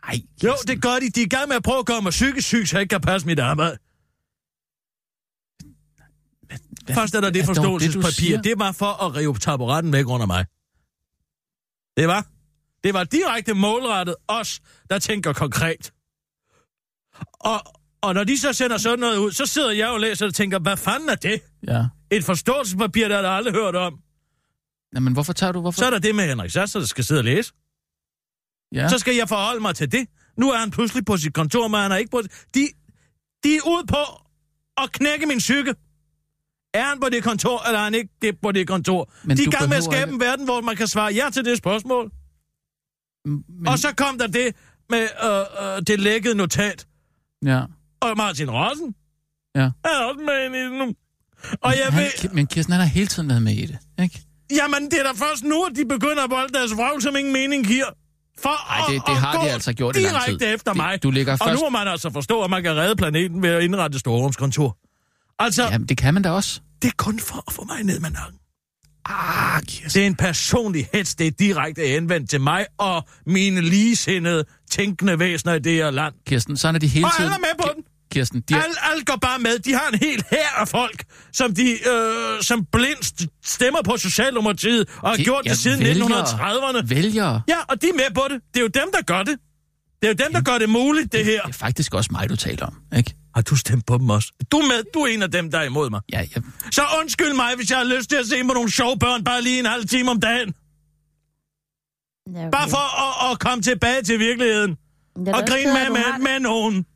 D: Nej.
E: Jo, det gør de. De er i gang med at prøve at gøre mig psykisk syg, så jeg ikke kan passe mit arbejde. Først er der det
D: er dog det, du
E: forståelsespapir.
D: siger?
E: Det, var for at rive taburetten væk under mig. Det var. Det var direkte målrettet os, der tænker konkret. Og, og når de så sender sådan noget ud, så sidder jeg og læser og tænker, hvad fanden er det?
D: Ja.
E: Et forståelsespapir, der har jeg aldrig hørt om.
D: Jamen, hvorfor tager du... Hvorfor?
E: Så er der det med Henrik Sasser, der skal sidde og læse.
D: Ja.
E: Så skal jeg forholde mig til det. Nu er han pludselig på sit kontor, men han er ikke på... De, de er ude på at knække min psyke. Er han på det kontor, eller er han ikke det på det kontor?
D: Men
E: Men de er
D: du
E: i gang med at
D: behøver
E: skabe en
D: ikke-
E: verden, hvor man kan svare ja til det spørgsmål.
D: Men,
E: Men... Og så kom der det med øh, øh, det lækkede notat.
D: Ja.
E: Og Martin Rossen.
D: Ja.
E: Han er også med i nu. Og jeg
D: han,
E: ved...
D: Men Kirsten, han har hele tiden været med i det, ikke?
E: Jamen, det er da først nu, at de begynder at bolde deres vrag, som ingen mening giver. For
D: Nej,
E: at-
D: det, det
E: at
D: har
E: gå
D: de altså gjort i
E: direkte
D: lang tid.
E: efter
D: Det-
E: mig.
D: Du ligger
E: Og
D: først...
E: nu må man altså forstå, at man kan redde planeten ved at indrette Storrumskontor. Altså, ja.
D: Jamen, det kan man da også.
E: det er kun for at få mig ned med nakken. Ah, yes. Det er en personlig hets, det er direkte henvendt til mig og mine ligesindede tænkende væsener i det her land.
D: Kirsten, sådan er de hele
E: Og
D: tiden...
E: alle er med på den.
D: Kirsten, de
E: Ja.
D: er...
E: Alle al går bare med. De har en hel hær af folk, som de øh, som blindt stemmer på Socialdemokratiet og har
D: de-
E: gjort
D: ja,
E: det siden
D: vælgere.
E: 1930'erne.
D: Vælgere.
E: Ja, og de er med på det. Det er jo dem, der gør det. Det er jo dem, der gør det muligt, det her.
D: Det er faktisk også mig, du taler om, ikke?
E: Har du stemt på dem også? Du er med. Du er en af dem, der er imod mig.
D: Ja, jeg...
E: Så undskyld mig, hvis jeg har lyst til at se på nogle sjove børn bare lige en halv time om dagen.
J: Ja, okay.
E: Bare for at, at komme tilbage til virkeligheden.
J: Men jeg er
E: Og
J: da også
E: grine
J: ked af,
E: med,
J: at du har
E: med,
J: det-
E: med nogen.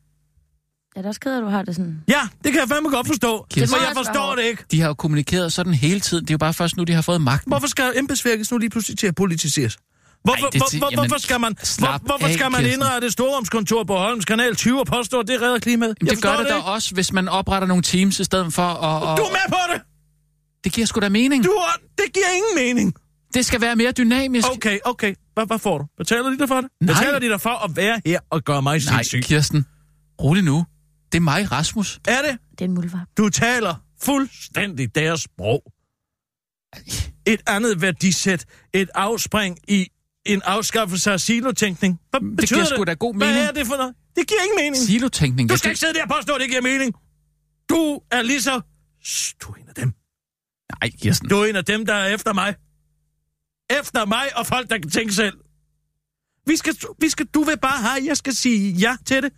J: Jeg er da også ked af, at du har det sådan.
E: Ja, det kan jeg fandme godt forstå.
D: Det
E: For
J: må
E: jeg
J: også være
E: forstår
J: hårdt.
E: det ikke.
D: De har jo kommunikeret sådan hele tiden. Det er jo bare først nu, de har fået magten.
E: Hvorfor skal embedsværket nu lige pludselig til at politiseres? Hvorfor,
D: Ej,
E: Ej,
D: det-
E: det, hvor, hvor,
D: jamen,
E: hvorfor skal man, hvor,
D: slap
E: hvorfor
D: af,
E: skal man
D: Kirsten.
E: indrette Storumskontor på Holms Kanal 20 og påstå, at det redder klimaet?
D: Jamen,
E: Jeg
D: det gør
E: forstår
D: det, da
E: ikke.
D: også, hvis man opretter nogle teams i stedet for at... Og...
E: Du er med på det!
D: Det giver sgu da mening.
E: Du har... Det giver ingen mening.
D: Det skal være mere dynamisk.
E: Okay, okay. Hvad, hvad får du? Betaler de dig for det?
D: Nej.
E: Betaler de dig for at være her og gøre mig
D: Nej,
E: sindssyg?
D: Kirsten. Rolig nu. Det er mig, Rasmus.
E: Er det?
J: Det er en muldvarp.
E: Du taler fuldstændig deres sprog. Et andet værdisæt. Et afspring i en afskaffelse af silotænkning. Hvad
D: Det
E: betyder
D: giver sgu da god
E: Hvad
D: mening.
E: er det for noget? Det giver ingen mening.
D: Silotænkning.
E: Du
D: ja,
E: skal ikke
D: det-
E: sidde der og påstå, at det giver mening. Du er lige så... Shh, Du er en af dem.
D: Nej, Kirsten.
E: Du er en af dem, der er efter mig. Efter mig og folk, der kan tænke selv. Vi skal, vi skal, du vil bare have, jeg skal sige ja til det.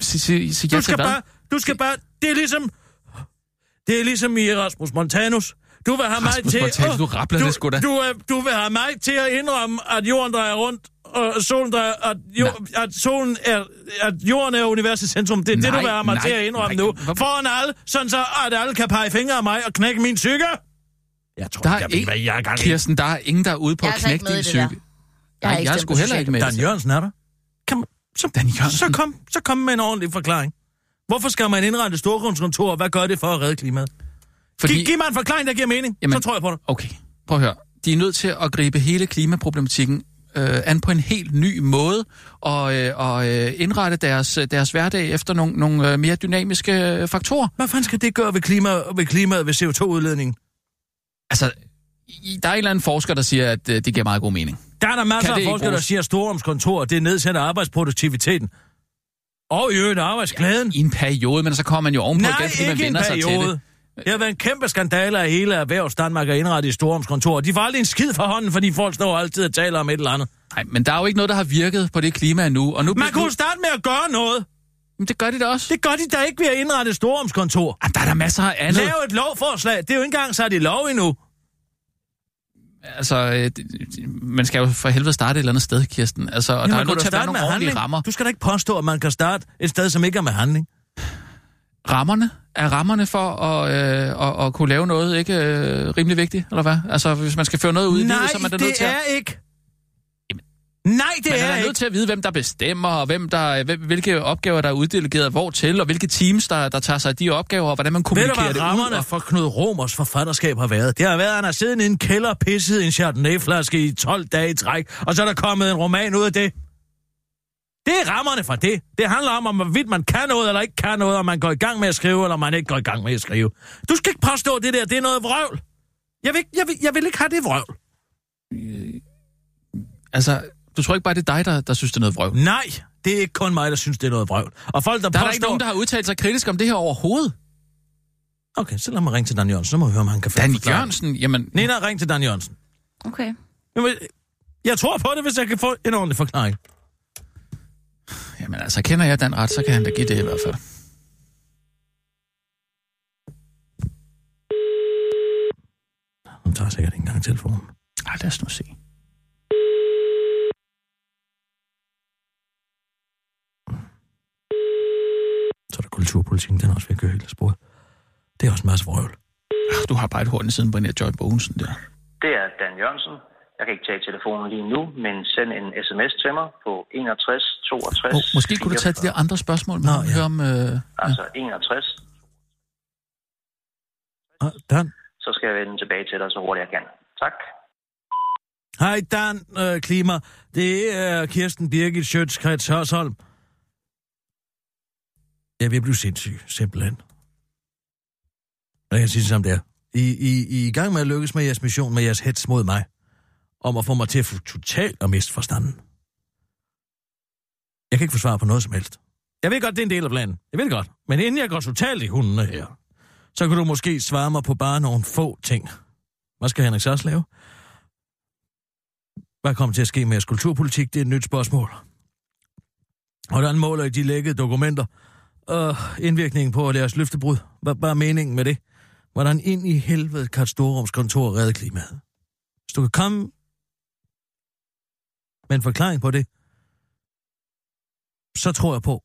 D: Sig, sig, sig ja
E: Du
D: til
E: skal
D: hvad?
E: bare, du skal bare, det er ligesom, det er ligesom i Rasmus Montanus. Du vil have mig
D: Rasmus
E: til,
D: Montanus,
E: Åh,
D: du rabler det sgu da.
E: Du, er- du vil have mig til at indrømme, at jorden drejer rundt, og solen drejer, at, jo, at, solen er, at jorden er universets centrum. Det er nej, det, du
D: Nej,
E: vil have mig
D: nej,
E: til at indrømme
D: nej.
E: nu.
D: Hvor-
E: Foran alle, sådan så, at alle kan pege fingre af mig og knække min psyke. Jeg tror,
D: Der
E: der
D: er
E: jeg ved,
D: ikke-
E: hvad jeg er gang i.
D: Kirsten, der er ingen, der er ude på
J: Jeg er
D: at
J: altså
D: knække
J: ikke med
D: din
J: i det der.
D: psyke.
J: Jeg er
D: Nej,
J: ikke
D: jeg er
J: stemt
D: sgu
J: på
D: heller ikke med. i
E: Dan
D: det.
E: Jørgensen er der. Kan man, så,
D: Dan Jørgensen.
E: så, kom, så kom med en ordentlig forklaring. Hvorfor skal man indrette storgrundskontor, og hvad gør det for at redde klimaet? Fordi... Giv, giv mig en forklaring, der giver mening. Jamen... Så
D: Jamen-
E: tror jeg på dig.
D: Okay, prøv at høre. De er nødt til at gribe hele klimaproblematikken øh, an på en helt ny måde og, øh, og øh, indrette deres, øh, deres hverdag efter nogle, nogle øh, mere dynamiske øh, faktorer.
E: Hvad fanden skal det gøre ved, klima, ved klimaet, ved CO2-udledningen?
D: Altså, i- der er en eller anden forsker, der siger, at øh, det giver meget god mening.
E: Der er der masser
D: Kan det
E: af
D: ikke
E: forskere, der
D: bruges?
E: siger, at storrumskontor, det nedsætter arbejdsproduktiviteten. Og i øvrigt arbejdsglæden.
D: I en periode, men så kommer man jo ovenpå
E: Nej,
D: igen, fordi man
E: ikke en
D: vender sig til
E: periode.
D: det.
E: Det har været en kæmpe skandale af hele erhvervs Danmark er indrettet i Storumskontor. De får aldrig en skid fra hånden, fordi folk står altid og taler om et eller andet.
D: Nej, men der er jo ikke noget, der har virket på det klima endnu. Og nu,
E: Man kunne
D: nu,
E: jo starte med at gøre noget.
D: men det gør de da også. Det...
E: Det gør de da ikke ved at indrette Storumskontor.
D: Ah, der er der masser af andet.
E: Lav et lovforslag. Det er jo ikke engang sat i lov endnu.
D: Altså, øh, det- det- man skal jo for helvede starte et eller andet sted, Kirsten. Altså, og der er
E: man kunne
D: nødt til
E: da
D: at være
E: starte
D: nogle
E: med
D: ordentlige rammer.
E: Du skal da ikke påstå, at man kan starte et sted, som ikke er med handling.
D: rammerne? Er rammerne for at, øh, at, at kunne lave noget ikke øh, rimelig vigtigt, eller hvad? Altså, hvis man skal føre noget ud i livet, så er man da nødt til at...
E: ikke. Nej, det
D: Man
E: er,
D: er, da
E: ikke.
D: nødt til at vide, hvem der bestemmer, og hvem der, øh, hvem, hvilke opgaver, der er uddelegeret hvor til, og hvilke teams, der, der tager sig af de opgaver, og hvordan man
E: Ved du,
D: kommunikerer
E: hvad
D: det
E: rammerne
D: ud. Og...
E: for Knud Romers forfatterskab har været? Det har været, at han har siddet i en kælder og pisset i en chardonnay-flaske i 12 dage i træk, og så er der kommet en roman ud af det. Det er rammerne for det. Det handler om, om hvorvidt man kan noget eller ikke kan noget, om man går i gang med at skrive, eller om man ikke går i gang med at skrive. Du skal ikke påstå det der, det er noget vrøvl. Jeg vil, ikke- jeg vil, jeg vil ikke have det vrøvl.
D: Altså, du tror ikke bare, det er dig, der, der synes, det er noget vrøvl?
E: Nej, det er ikke kun mig, der synes, det er noget vrøvl. Og folk, der,
D: Der er
E: påstår...
D: der ikke nogen, der har udtalt sig kritisk om det her overhovedet.
E: Okay, så lad mig ringe til Dan Jørgensen, så må vi høre, om han kan finde
D: Dan
E: forklaringen.
D: Jørgensen, jamen...
E: Nina, ring til Dan Jørgensen.
J: Okay.
E: Jamen, jeg tror på det, hvis jeg kan få en ordentlig forklaring.
D: Jamen altså, kender jeg Dan ret, så kan han da give det i hvert fald.
E: Hun tager sikkert ikke engang telefonen.
D: Ej, lad os nu se.
E: Så er der kulturpolitikken, den er også ved at køre helt af sporet. Det er også en masse vrøvl.
D: Ah, Du har bare et horn i siden på den her Joy Bogensen der.
K: Det er Dan Jørgensen. Jeg kan ikke tage telefonen lige nu, men send en sms til mig på 61 62...
D: Oh, måske kunne du tage de der andre spørgsmål med
E: Nå,
D: Nå, ja.
E: ja.
D: høre om... Øh,
K: Altså 61.
E: Ah, Dan.
K: Så skal jeg vende tilbage til dig så hurtigt jeg kan. Tak.
E: Hej Dan, øh, Klima. Det er Kirsten Birgit Sjøtskrets Hørsholm. Jeg vil blive sindssyg, simpelthen. Jeg kan sige det som det er. I, I, I er i gang med at lykkes med jeres mission, med jeres hets mod mig. Om at få mig til at få totalt at miste forstanden. Jeg kan ikke forsvare på noget som helst. Jeg ved godt, det er en del af planen. Jeg ved det godt. Men inden jeg går totalt i hundene her, så kan du måske svare mig på bare nogle få ting. Hvad skal Henrik Sass lave? Hvad kommer til at ske med jeres kulturpolitik? Det er et nyt spørgsmål. Hvordan måler I de lækkede dokumenter? Og indvirkningen på jeres løftebrud? Hvad hvad er meningen med det? Hvordan ind i helvede kan et storrumskontor redde klimaet? Hvis du kan komme med en forklaring på det, så tror jeg på,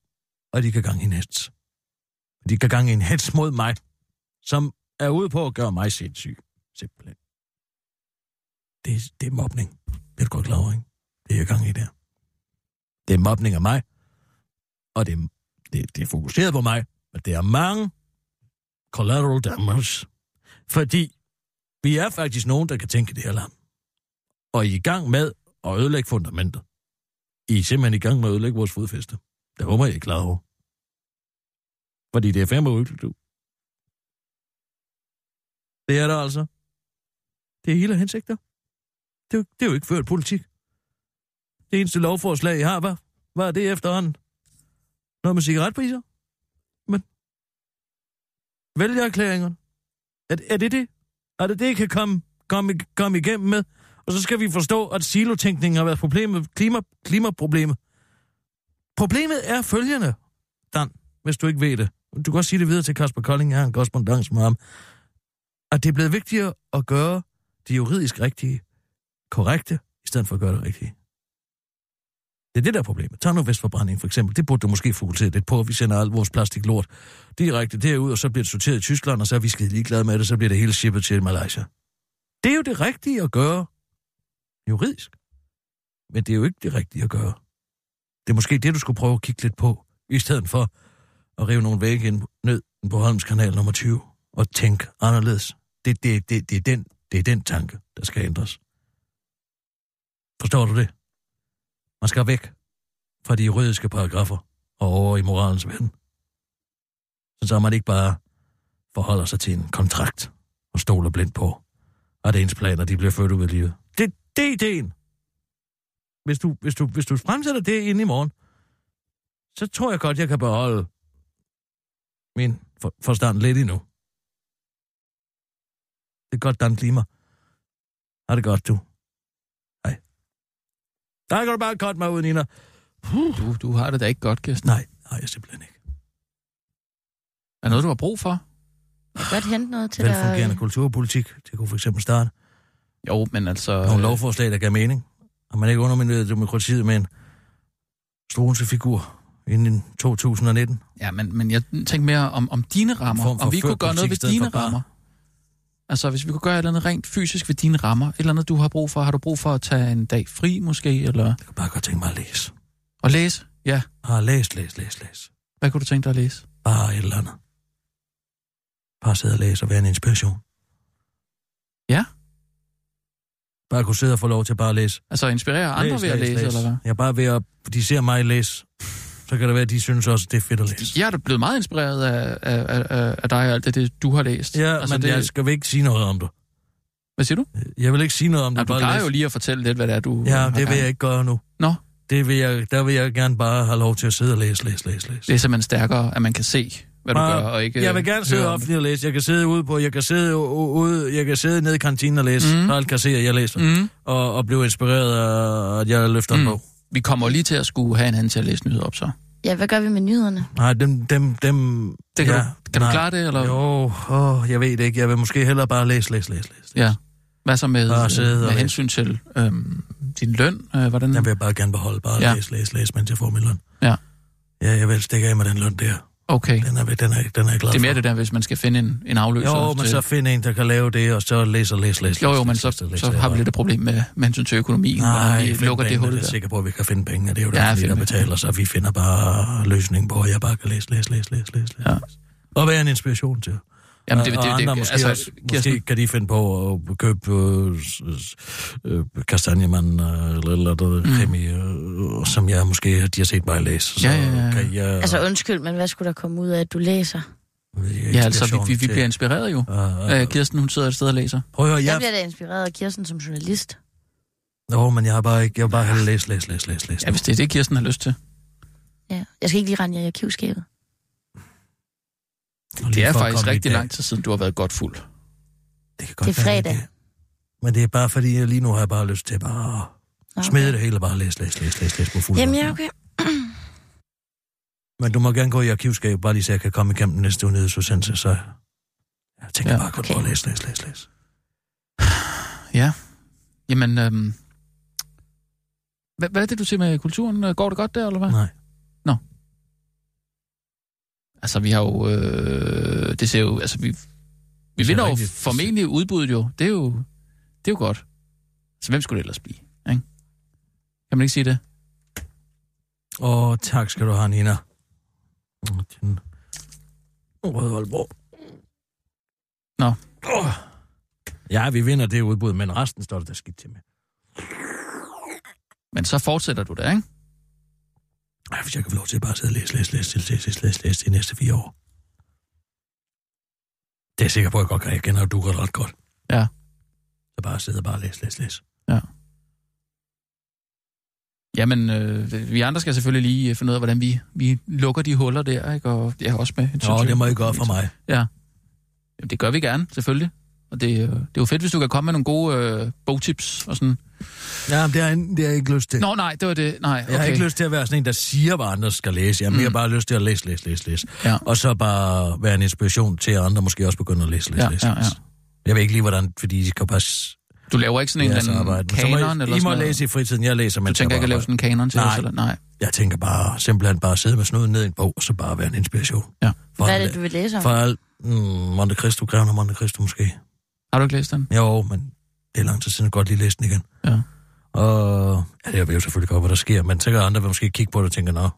E: at de kan gang i en hets. De kan gang i en hets mod mig, som er ude på at gøre mig sindssyg. Simpelthen. Det, det er mobning. Det er du godt klar over, ikke? Det er jeg i gang i der. Det er mobning af mig, og det er, det, det er fokuseret på mig, men det er mange collateral damage. Fordi Vi er faktisk nogen, der kan tænke det her land. Og I er i gang med at ødelægge fundamentet. I er simpelthen i gang med at ødelægge vores fodfæste. Det håber jeg, I er klar over. Fordi det er fandme uhyggeligt, du. Det er der altså. Det er hele hensigter. Det, er jo- det er jo ikke ført politik. Det eneste lovforslag, I har, hvad? Hvad er det efterhånden? Noget med cigaretpriser? Men... Vælgererklæringerne? Er, det- er det det? Er det det, I kan komme, komme, komme igennem med? Og så skal vi forstå, at silotænkningen har været problemet, klima, klimaproblemet. Problemet er følgende, Dan, hvis du ikke ved det. Du kan også sige det videre til Kasper Kolding, jeg har en korrespondance med ham. At det er blevet vigtigere at gøre det juridisk rigtige, korrekte, i stedet for at gøre det rigtige. Det er det, der er problemet. Tag nu vestforbrænding for eksempel. Det burde du måske fokusere lidt på. Vi sender alt vores plastiklort direkte derud, og så bliver det sorteret i Tyskland, og så er vi skide ligeglade med det, så bliver det hele shippet til Malaysia. Det er jo det rigtige at gøre juridisk. Men det er jo ikke det rigtige at gøre. Det er måske det, du skulle prøve at kigge lidt på, i stedet for at rive nogle vægge ind, ned på Holms kanal nummer 20 og tænke anderledes. Det, det, det, det, er den, det er den tanke, der skal ændres. Forstår du det? Man skal væk fra de juridiske paragrafer og over i moralens verden. Så så man ikke bare forholder sig til en kontrakt og stoler blindt på, at ens planer de bliver født ud af livet. Det, det er ideen. Hvis du, hvis, du, hvis du fremsætter det ind i morgen, så tror jeg godt, jeg kan beholde min for, forstand lidt endnu. Det er godt, Dan Klima. Har det godt, du. Der kan du bare godt mig ud, Nina. Puh.
D: Du, du har det da ikke godt, Kirsten.
E: Nej, nej, jeg simpelthen ikke.
D: Er der noget, du har brug for?
J: Jeg kan godt hente noget til dig.
E: Velfungerende kulturpolitik, det kunne for eksempel starte.
D: Jo, men altså...
E: Nogle lovforslag, der gav mening. Og man ikke underminerede demokratiet med en figur inden 2019.
D: Ja, men, men jeg tænker mere om, om dine rammer.
E: form for
D: Om vi
E: ført
D: kunne gøre noget
E: politik i
D: ved
E: stedet
D: dine
E: for bare-
D: rammer. Altså, hvis vi kunne gøre et eller andet rent fysisk ved dine rammer. Et eller andet, du har brug for. Har du brug for at tage en dag fri, måske? Eller...
E: Jeg kan bare godt tænke mig at læse.
D: Og læse? Ja.
E: Bare læs, læs, læs, læs.
D: Hvad kunne du tænke dig at læse?
E: Bare et eller andet. Bare sidde og læse og være en inspiration.
D: Ja.
E: Bare kunne sidde og få lov til bare at læse.
D: Altså, inspirere andre ved at læse, eller hvad?
E: Jeg er bare ved at... De ser mig læse. Så kan det være, at de synes også, det er fedt at læse.
D: Jeg er da blevet meget inspireret af, af, af, af dig og alt det, det, du har læst.
E: Ja, altså, men det... jeg skal vel ikke sige noget om det.
D: Hvad siger du?
E: Jeg vil ikke sige noget om det.
D: Jamen, du
E: bare
D: plejer
E: læs.
D: jo lige at fortælle lidt, hvad det er, du
E: Ja, det vil
D: gang
E: jeg
D: i.
E: ikke gøre nu.
D: Nå.
E: Det vil jeg, der vil jeg gerne bare have lov til at sidde og læse, læse, læse, læse.
D: Det er simpelthen stærkere, at man kan se, hvad du
E: Bare-
D: gør, og ikke...
E: Ah, Jeg vil gerne sidde
D: høre om det.
E: offentligt og læse. Jeg kan sidde ude på, jeg kan sidde u- u- ude, jeg kan sidde nede i kantinen og læse.
D: Mm.
E: Mm. Alt kan se, at jeg læser. Mm.
D: Mm.
E: Og, og blive inspireret af, at jeg løfter mm. en
D: Mm.
E: bog.
D: Vi kommer lige til at skulle have en anden til at læse nyheder op, så.
J: Ja, hvad gør vi med nyhederne?
E: Nej, dem, dem, dem...
D: Det kan
E: ja,
D: du- kan du
E: nej.
D: klare det, eller-
E: Jo, åh, jeg ved det ikke. Jeg vil måske hellere bare læse, læse, læse, læse.
D: Ja. Hvad så med,
E: Bare sidde og
D: med
E: læse.
D: hensyn til øhm, din løn? Øh, hvordan?
E: Den vil jeg bare gerne beholde. Bare
D: Ja.
E: ja. læse, læse, læse, mens jeg får min løn.
D: Ja.
E: Ja, jeg vil stikke af med den løn der.
D: Okay.
E: Den er, den er, den er jeg glad
D: Det er mere
E: for.
D: det der, hvis man skal finde en, en afløser.
E: Jo, men
D: til-
E: så find en, der kan lave det, og så læse og læse, læse,
D: jo, jo,
E: læse,
D: men
E: læse,
D: så,
E: læse, læse,
D: så har vi lidt et problem med, med hensyn til økonomien,
E: Nej,
D: hvordan vi lukker det hul
E: der. Jeg er
D: der.
E: sikker på, at vi kan finde penge. Det er jo
D: Ja,
E: ja, det, der
D: find
E: betaler, så vi finder bare løsning på, at jeg bare kan læse, læse, læse, læse, læse. Ja. Og være en inspiration til.
D: Jamen, det-
E: Og-
D: det-
E: og
D: det-
E: andre
D: det-
E: måske,
D: altså,
E: også,
D: Kirsten-
E: måske kan de finde på at købe øh, s- s- øh, kastanjemanden øh, eller eller noget mm. krimi, øh, som jeg måske de har set mig læse. Så
D: Ja, ja, ja.
E: kan jeg...
J: Altså undskyld, men hvad skulle der komme ud af, at du læser?
D: Ja, altså, vi, vi, vi bliver inspireret jo.
E: Uh,
D: Øh, Kirsten, hun sidder et sted og læser.
E: prøv at høre,
J: Jeg
E: jeg...
J: bliver da inspireret af Kirsten som journalist.
E: Nå, men jeg har bare ikke... Jeg har bare have læst, læst, læst, læst, læst.
D: Ah. Ja, hvis det er det, Kirsten har lyst til.
J: Ja. Jeg skal ikke lige rende jer i arkivskabet.
E: Og lige
D: Det er
E: for at
D: faktisk
E: komme i
D: rigtig
E: dag.
D: lang tid siden, du har været godt fuld.
E: Det kan godt
J: Det er
E: være,
J: fredag.
E: det er. Men det er bare fordi, jeg lige nu har jeg bare lyst til bare at okay. smide det hele og bare læse, læse, læse, læse, læse på fuld
J: Jamen
E: hånd.
J: ja, okay.
E: Men du må gerne gå i arkivskab, bare lige så jeg kan komme igennem næste uge nede, så så jeg tænker
D: Ja.
E: ja. bare kun
J: Okay.
E: okay. på at læse, læse, læse, læse.
D: Jamen, øhm, hvad, hvad er det, du siger med kulturen? Øh, Går det godt der, eller hvad?
E: Nej.
D: Altså, vi har jo... Øh, det ser jo... Altså, vi, vi
E: ser
D: vinder jo
E: rigtig-
D: formentlig udbuddet jo. Det er jo, det er jo godt. Så hvem skulle det ellers blive? Ikke? Kan man ikke sige det?
E: Og tak skal du have, Nina. Åh, Den røde Aalborg.
D: Nå.
E: Åh. Ja, vi vinder det udbud, men resten står det der skidt til med.
D: Men så fortsætter du der, ikke?
E: Ej, hvis jeg kan få lov til bare at sidde og læse, læse, læse, læse, læse, læse, læse, læse de næste fire år. Det er jeg sikker på, at jeg godt kan. Jeg kender jo dukker ret godt.
D: Ja.
E: Så bare sidde og bare læse, læse, læse.
D: Jamen, øh, vi andre skal selvfølgelig lige øh, finde ud af, hvordan vi, vi lukker de huller der, ikke? Og det er også med... en
E: Nå,
D: søndag-
E: det må I gøre for mig.
D: Ja. Jamen, det gør vi gerne, selvfølgelig. Og det, øh, det er jo fedt, hvis du kan komme med nogle gode øh, bogtips og sådan.
E: Ja, men det har, jeg, det har jeg ikke lyst til.
D: Nå, nej, det var det. Nej, okay. Mm.
E: Jeg har ikke lyst til at være sådan en, der siger, hvad andre skal læse. Jeg har mere bare lyst til at læse, læse, læse, læse.
D: Ja.
E: Og så bare være en inspiration til, at andre måske også begynder at læse, læse,
D: Ja,
E: læse.
D: ja, ja.
E: læse. Jeg ved ikke lige, hvordan, fordi de kan bare... s-
D: Du laver ikke sådan en
E: Ja, så
D: eller anden
E: arbejde. Men så må I-
D: kanon eller
E: I
D: sådan
E: må
D: noget?
E: læse i fritiden, jeg læser, men
D: Du tænker ikke at lave sådan en kanon til
E: Nej.
D: os? Eller? Nej.
E: Jeg tænker bare, simpelthen bare sidde med snuden ned i en bog, og så bare være en inspiration.
D: Ja.
E: For
J: Hvad er
E: al-
J: det, du vil læse om?
E: For alt... Mm, Monte Cristo, Greven og Monte Cristo måske.
D: Har du ikke læst den?
E: Jo, men det er lang tid siden, jeg godt lige læste den igen.
D: Ja.
E: Og ja, jeg ved jo selvfølgelig godt, hvad der sker, men så kan andre vil måske kigge på det og tænke, nå,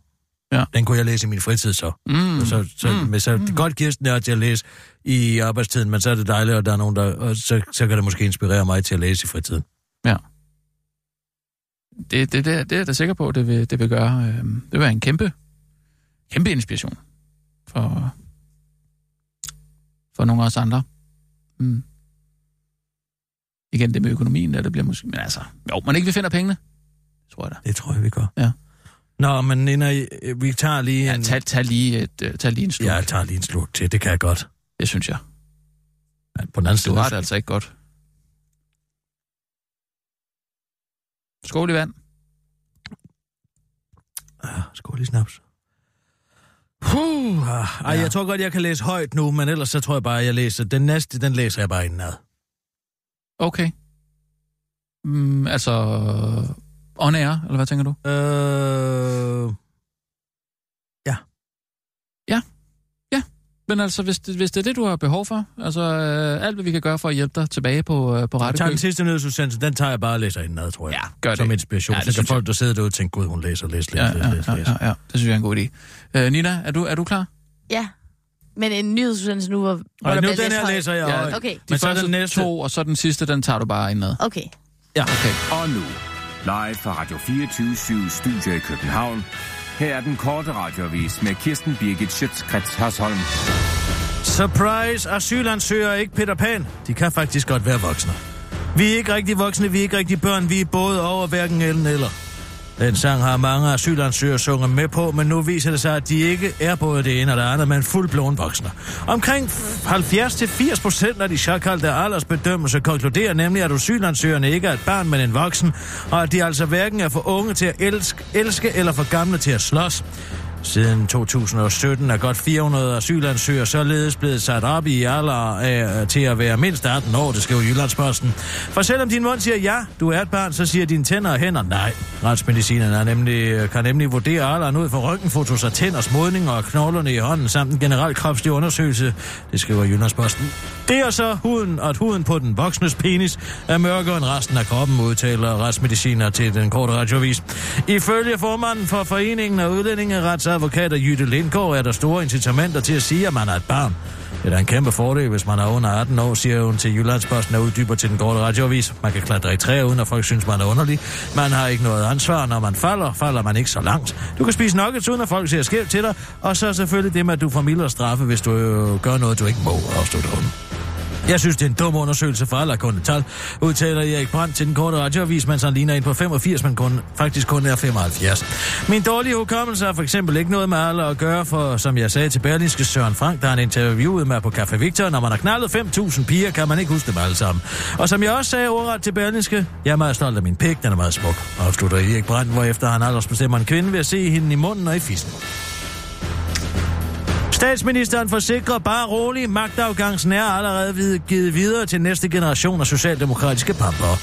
D: Ja.
E: den kunne jeg læse i min fritid så.
D: Mm.
E: Og så, så, mm. men så det er godt, Kirsten er til at læse i arbejdstiden, men så er det dejligt, at der er nogen, der... Og så, så kan det måske inspirere mig til at læse i fritiden.
D: Det, det, det, det er jeg da sikker på, det vil, det vil gøre. Øh, det vil være en kæmpe, kæmpe inspiration for, for nogle af os andre. Mm. Igen, det med økonomien, der det bliver måske... Men altså, jo, men ikke vi finder pengene, tror jeg da.
E: Det tror jeg, vi gør.
D: Ja.
E: Nå, men Nina, vi tager lige en...
D: Ja, tag, tag, lige, et, øh, tag lige en slurk.
E: Ja, jeg tager lige en slurk til, det kan jeg godt.
D: Det synes jeg.
E: Ja, På den anden
D: Du
E: side...
D: har det altså ikke godt. Skål i vand.
E: Ah, skål lige snaps. Puh, ah, ej, ja. jeg tror godt, jeg kan læse højt nu, men ellers så tror jeg bare, jeg læser... Den næste, den læser jeg bare indenad.
D: Okay. Mm, altså, on air, eller hvad tænker du?
E: Øh...
D: Men altså, hvis det, hvis det er det, du har behov for, altså øh, alt, hvad vi kan gøre for at hjælpe dig tilbage på, øh, på
E: Jeg tager
D: rette
E: den sidste nyhedsudsendelse, den tager jeg bare og læser indenad, tror jeg.
D: Ja, gør det.
E: Som inspiration.
D: Ja,
E: Ja,
D: det
E: det så kan
D: synes jeg.
E: folk, der sidder derude, tænke, gud, hun læser, læser,
D: ja,
E: læser,
D: ja,
E: læser,
D: ja,
E: læser.
D: ja, ja, det synes jeg er en god idé. Øh, Nina, er du, er du klar?
J: Ja. Men en nyhedsudsendelse nu, hvor, hvor
E: Og
J: der
E: nu
J: bliver
E: den
J: læst
E: her
J: højt.
E: læser jeg
D: Ja.
E: højt.
J: Okay,
D: De
E: Men så er
D: første
E: den næste.
D: to, og så den sidste, den tager du bare indad.
J: okay.
E: Ja.
D: Okay.
F: Og nu, live fra Radio 24 Studio i København. Her er den korte radiovis med Kirsten Birgit Schøtzgrads Hasholm.
E: Surprise! Asylansøgere er ikke Peter Pan. De kan faktisk godt være voksne. Vi er ikke rigtig voksne, vi er ikke rigtig børn, vi er både over hverken ellen eller. Den sang har mange asylansøgere sunget med på, men nu viser det sig, at de ikke er både det ene og det andet, men fuldblåen voksne. Omkring 70-80 procent af de såkaldte aldersbedømmelser konkluderer nemlig, at asylansøgerne ikke er et barn, men en voksen, og at de altså hverken er for unge til at elske, elske eller for gamle til at slås. Siden 2017 er godt 400 asylansøgere således blevet sat op i alder øh, til at være mindst 18 år, det skriver Jyllandsposten. For selvom din mund siger ja, du er et barn, så siger dine tænder og hænder nej. Retsmedicinerne er nemlig, kan nemlig vurdere alderen ud fra røntgenfotos af tænders modninger og knoglerne i hånden samt en generel kropslig undersøgelse, det skriver Jyllandsposten. Det er så huden, at huden på den voksnes penis er mørkere end resten af kroppen, udtaler retsmediciner til den korte radiovis. Ifølge formanden for Foreningen af Udlændingeretsadvokater Jytte Lindgaard er der store incitamenter til at sige, at man er et barn. Det er da en kæmpe fordel, hvis man er under 18 år, siger hun til Jyllandsposten og uddyber til den korte radioavis. Man kan klatre i træer, uden at folk synes, man er underlig. Man har ikke noget ansvar, når man falder. Falder man ikke så langt. Du kan spise nuggets, uden at folk ser skævt til dig. Og så selvfølgelig det med, at du får mildere straffe, hvis du øh, gør noget, du ikke må, afslutter hun. Jeg synes, det er en dum undersøgelse for alle kunde tal, udtaler Erik Brandt til den korte radioavis, mens han ligner en på 85, men kun, faktisk kun er 75. Min dårlige hukommelse har for eksempel ikke noget med alder at gøre, for som jeg sagde til Berlinske Søren Frank, der han interviewede mig på Café Victor, når man har knaldet 5.000 piger, kan man ikke huske dem alle sammen. Og som jeg også sagde ordret til Berlinske, jeg er meget stolt af min pik, den er meget smuk, afslutter Erik Brandt, hvorefter han aldersbestemmer en kvinde ved at se hende i munden og i fissen. Statsministeren forsikrer bare rolig, magtafgangsen er allerede vid- givet videre til næste generation af socialdemokratiske pampere.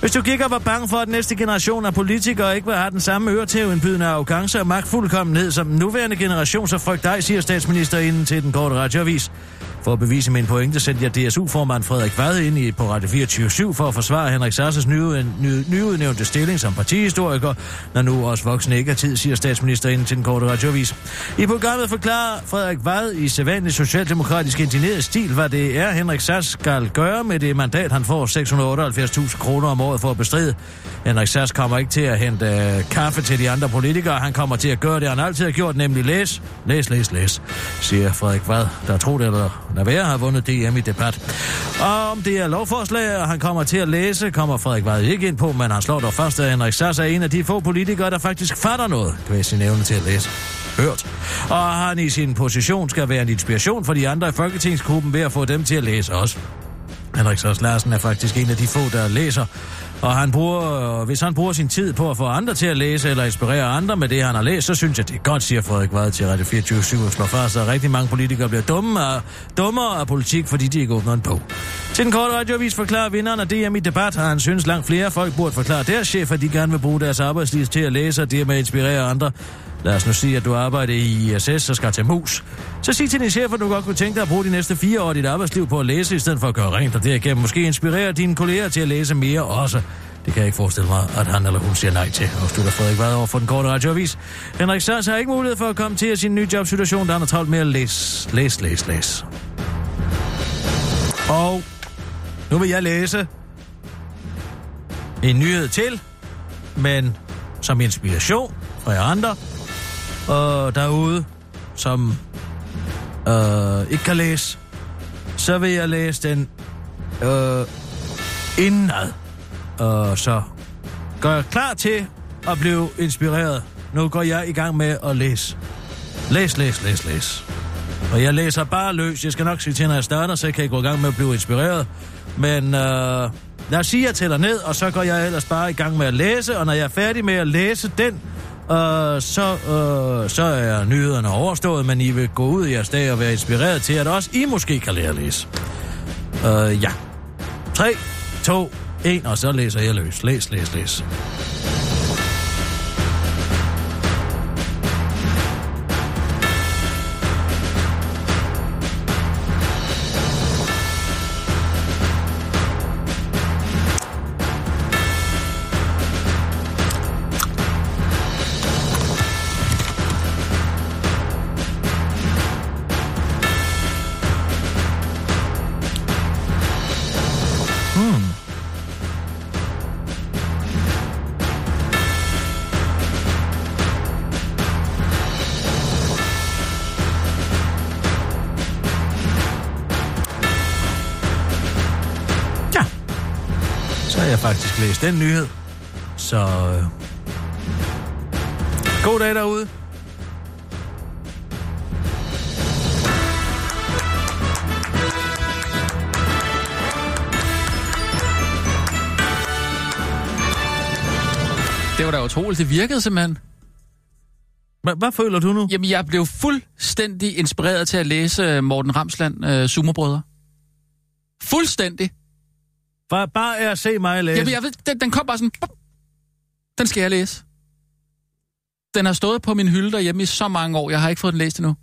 E: Hvis du kigger var bange for, at næste generation af politikere ikke vil have den samme øretævindbydende arrogance og magtfuldkommenhed som den nuværende generation, så frygt dig, siger statsministerinden til den korte radioavis. For at bevise min pointe sendte jeg DSU-formand Frederik Vad ind i, på Radio 24 for at forsvare Henrik Sarses nye, ny, nyudnævnte stilling som partihistoriker, når nu også voksne ikke har tid, siger statsministeren til den korte radiovis. I programmet forklarer Frederik Vad i sædvanlig socialdemokratisk indineret stil, hvad det er, Henrik Sass skal gøre med det mandat, han får 678.000 kroner om året for at bestride. Henrik Sass kommer ikke til at hente øh, kaffe til de andre politikere. Han kommer til at gøre det, han altid har gjort, nemlig læs, læs, læs, læs, siger Frederik Vad, der tror det eller lad være, har vundet DM i debat. Og om det er lovforslag, og han kommer til at læse, kommer Frederik Vad ikke ind på, men han slår dog først, at Henrik Sass er en af de få politikere, der faktisk fatter noget, ved sin evne til at læse. Hørt. Og han i sin position skal være en inspiration for de andre i Folketingsgruppen ved at få dem til at læse også. Henrik Sørs Larsen er faktisk en af de få, der læser. Og han bruger, øh, hvis han bruger sin tid på at få andre til at læse eller inspirere andre med det, han har læst, så synes jeg, det er godt, siger Frederik Vad til Radio 24 og slår fast, at rigtig mange politikere bliver dumme af, dummere af politik, fordi de ikke åbner en bog. Til den korte radiovis forklarer vinderen af DM i debat, har han synes langt flere folk burde forklare deres chef, at de gerne vil bruge deres arbejdsliv til at læse og dermed inspirere andre. Lad os nu sige, at du arbejder i ISS og skal til mus. Så sig til din chef, at du godt kunne tænke dig at bruge de næste fire år af dit arbejdsliv på at læse, i stedet for at gøre rent, og derigennem måske inspirere dine kolleger til at læse mere også. Det kan jeg ikke forestille mig, at han eller hun siger nej til, afslutter Frederik Vad over for den korte radioavis. Henrik Sars har ikke mulighed for at komme til sin nye jobsituation, da han har travlt med at læse, læse, læse, læse. Og nu vil jeg læse en nyhed til, men som inspiration for jer andre, øh, derude, som øh, ikke kan læse, så vil jeg læse den øh, indad. Og så gør jeg klar til at blive inspireret. Nu går jeg i gang med at læse. Læs, læs, læs, læs. Og jeg læser bare løs. Jeg skal nok sige til, når jeg starter, så kan jeg gå i gang med at blive inspireret. Men øh, lad os sige, at jeg tæller ned, og så går jeg ellers bare i gang med at læse. Og når jeg er færdig med at læse den, øh, så, øh, så er nyhederne overstået, men I vil gå ud i jeres dag og være inspireret til, at også I måske kan lære at læse. Øh, ja. 3, 2, 1, og så læser jeg løs. Læs, læs, læs. Hmm. Ja. Så har jeg faktisk læst den nyhed. Så... øh, God dag derude.
D: Det var da utroligt. Det virkede simpelthen.
E: Hvad, hvad føler du nu?
D: Jamen, jeg blev fuldstændig inspireret til at læse øh, Morten Ramsland, øh, Sumerbrødre. Fuldstændig.
E: Bare, bare er at se mig læse.
D: Jamen, jeg ved, den, den kom bare sådan... Bop. Den skal jeg læse. Den har stået på min hylde derhjemme i så mange år. Jeg har ikke fået den læst endnu.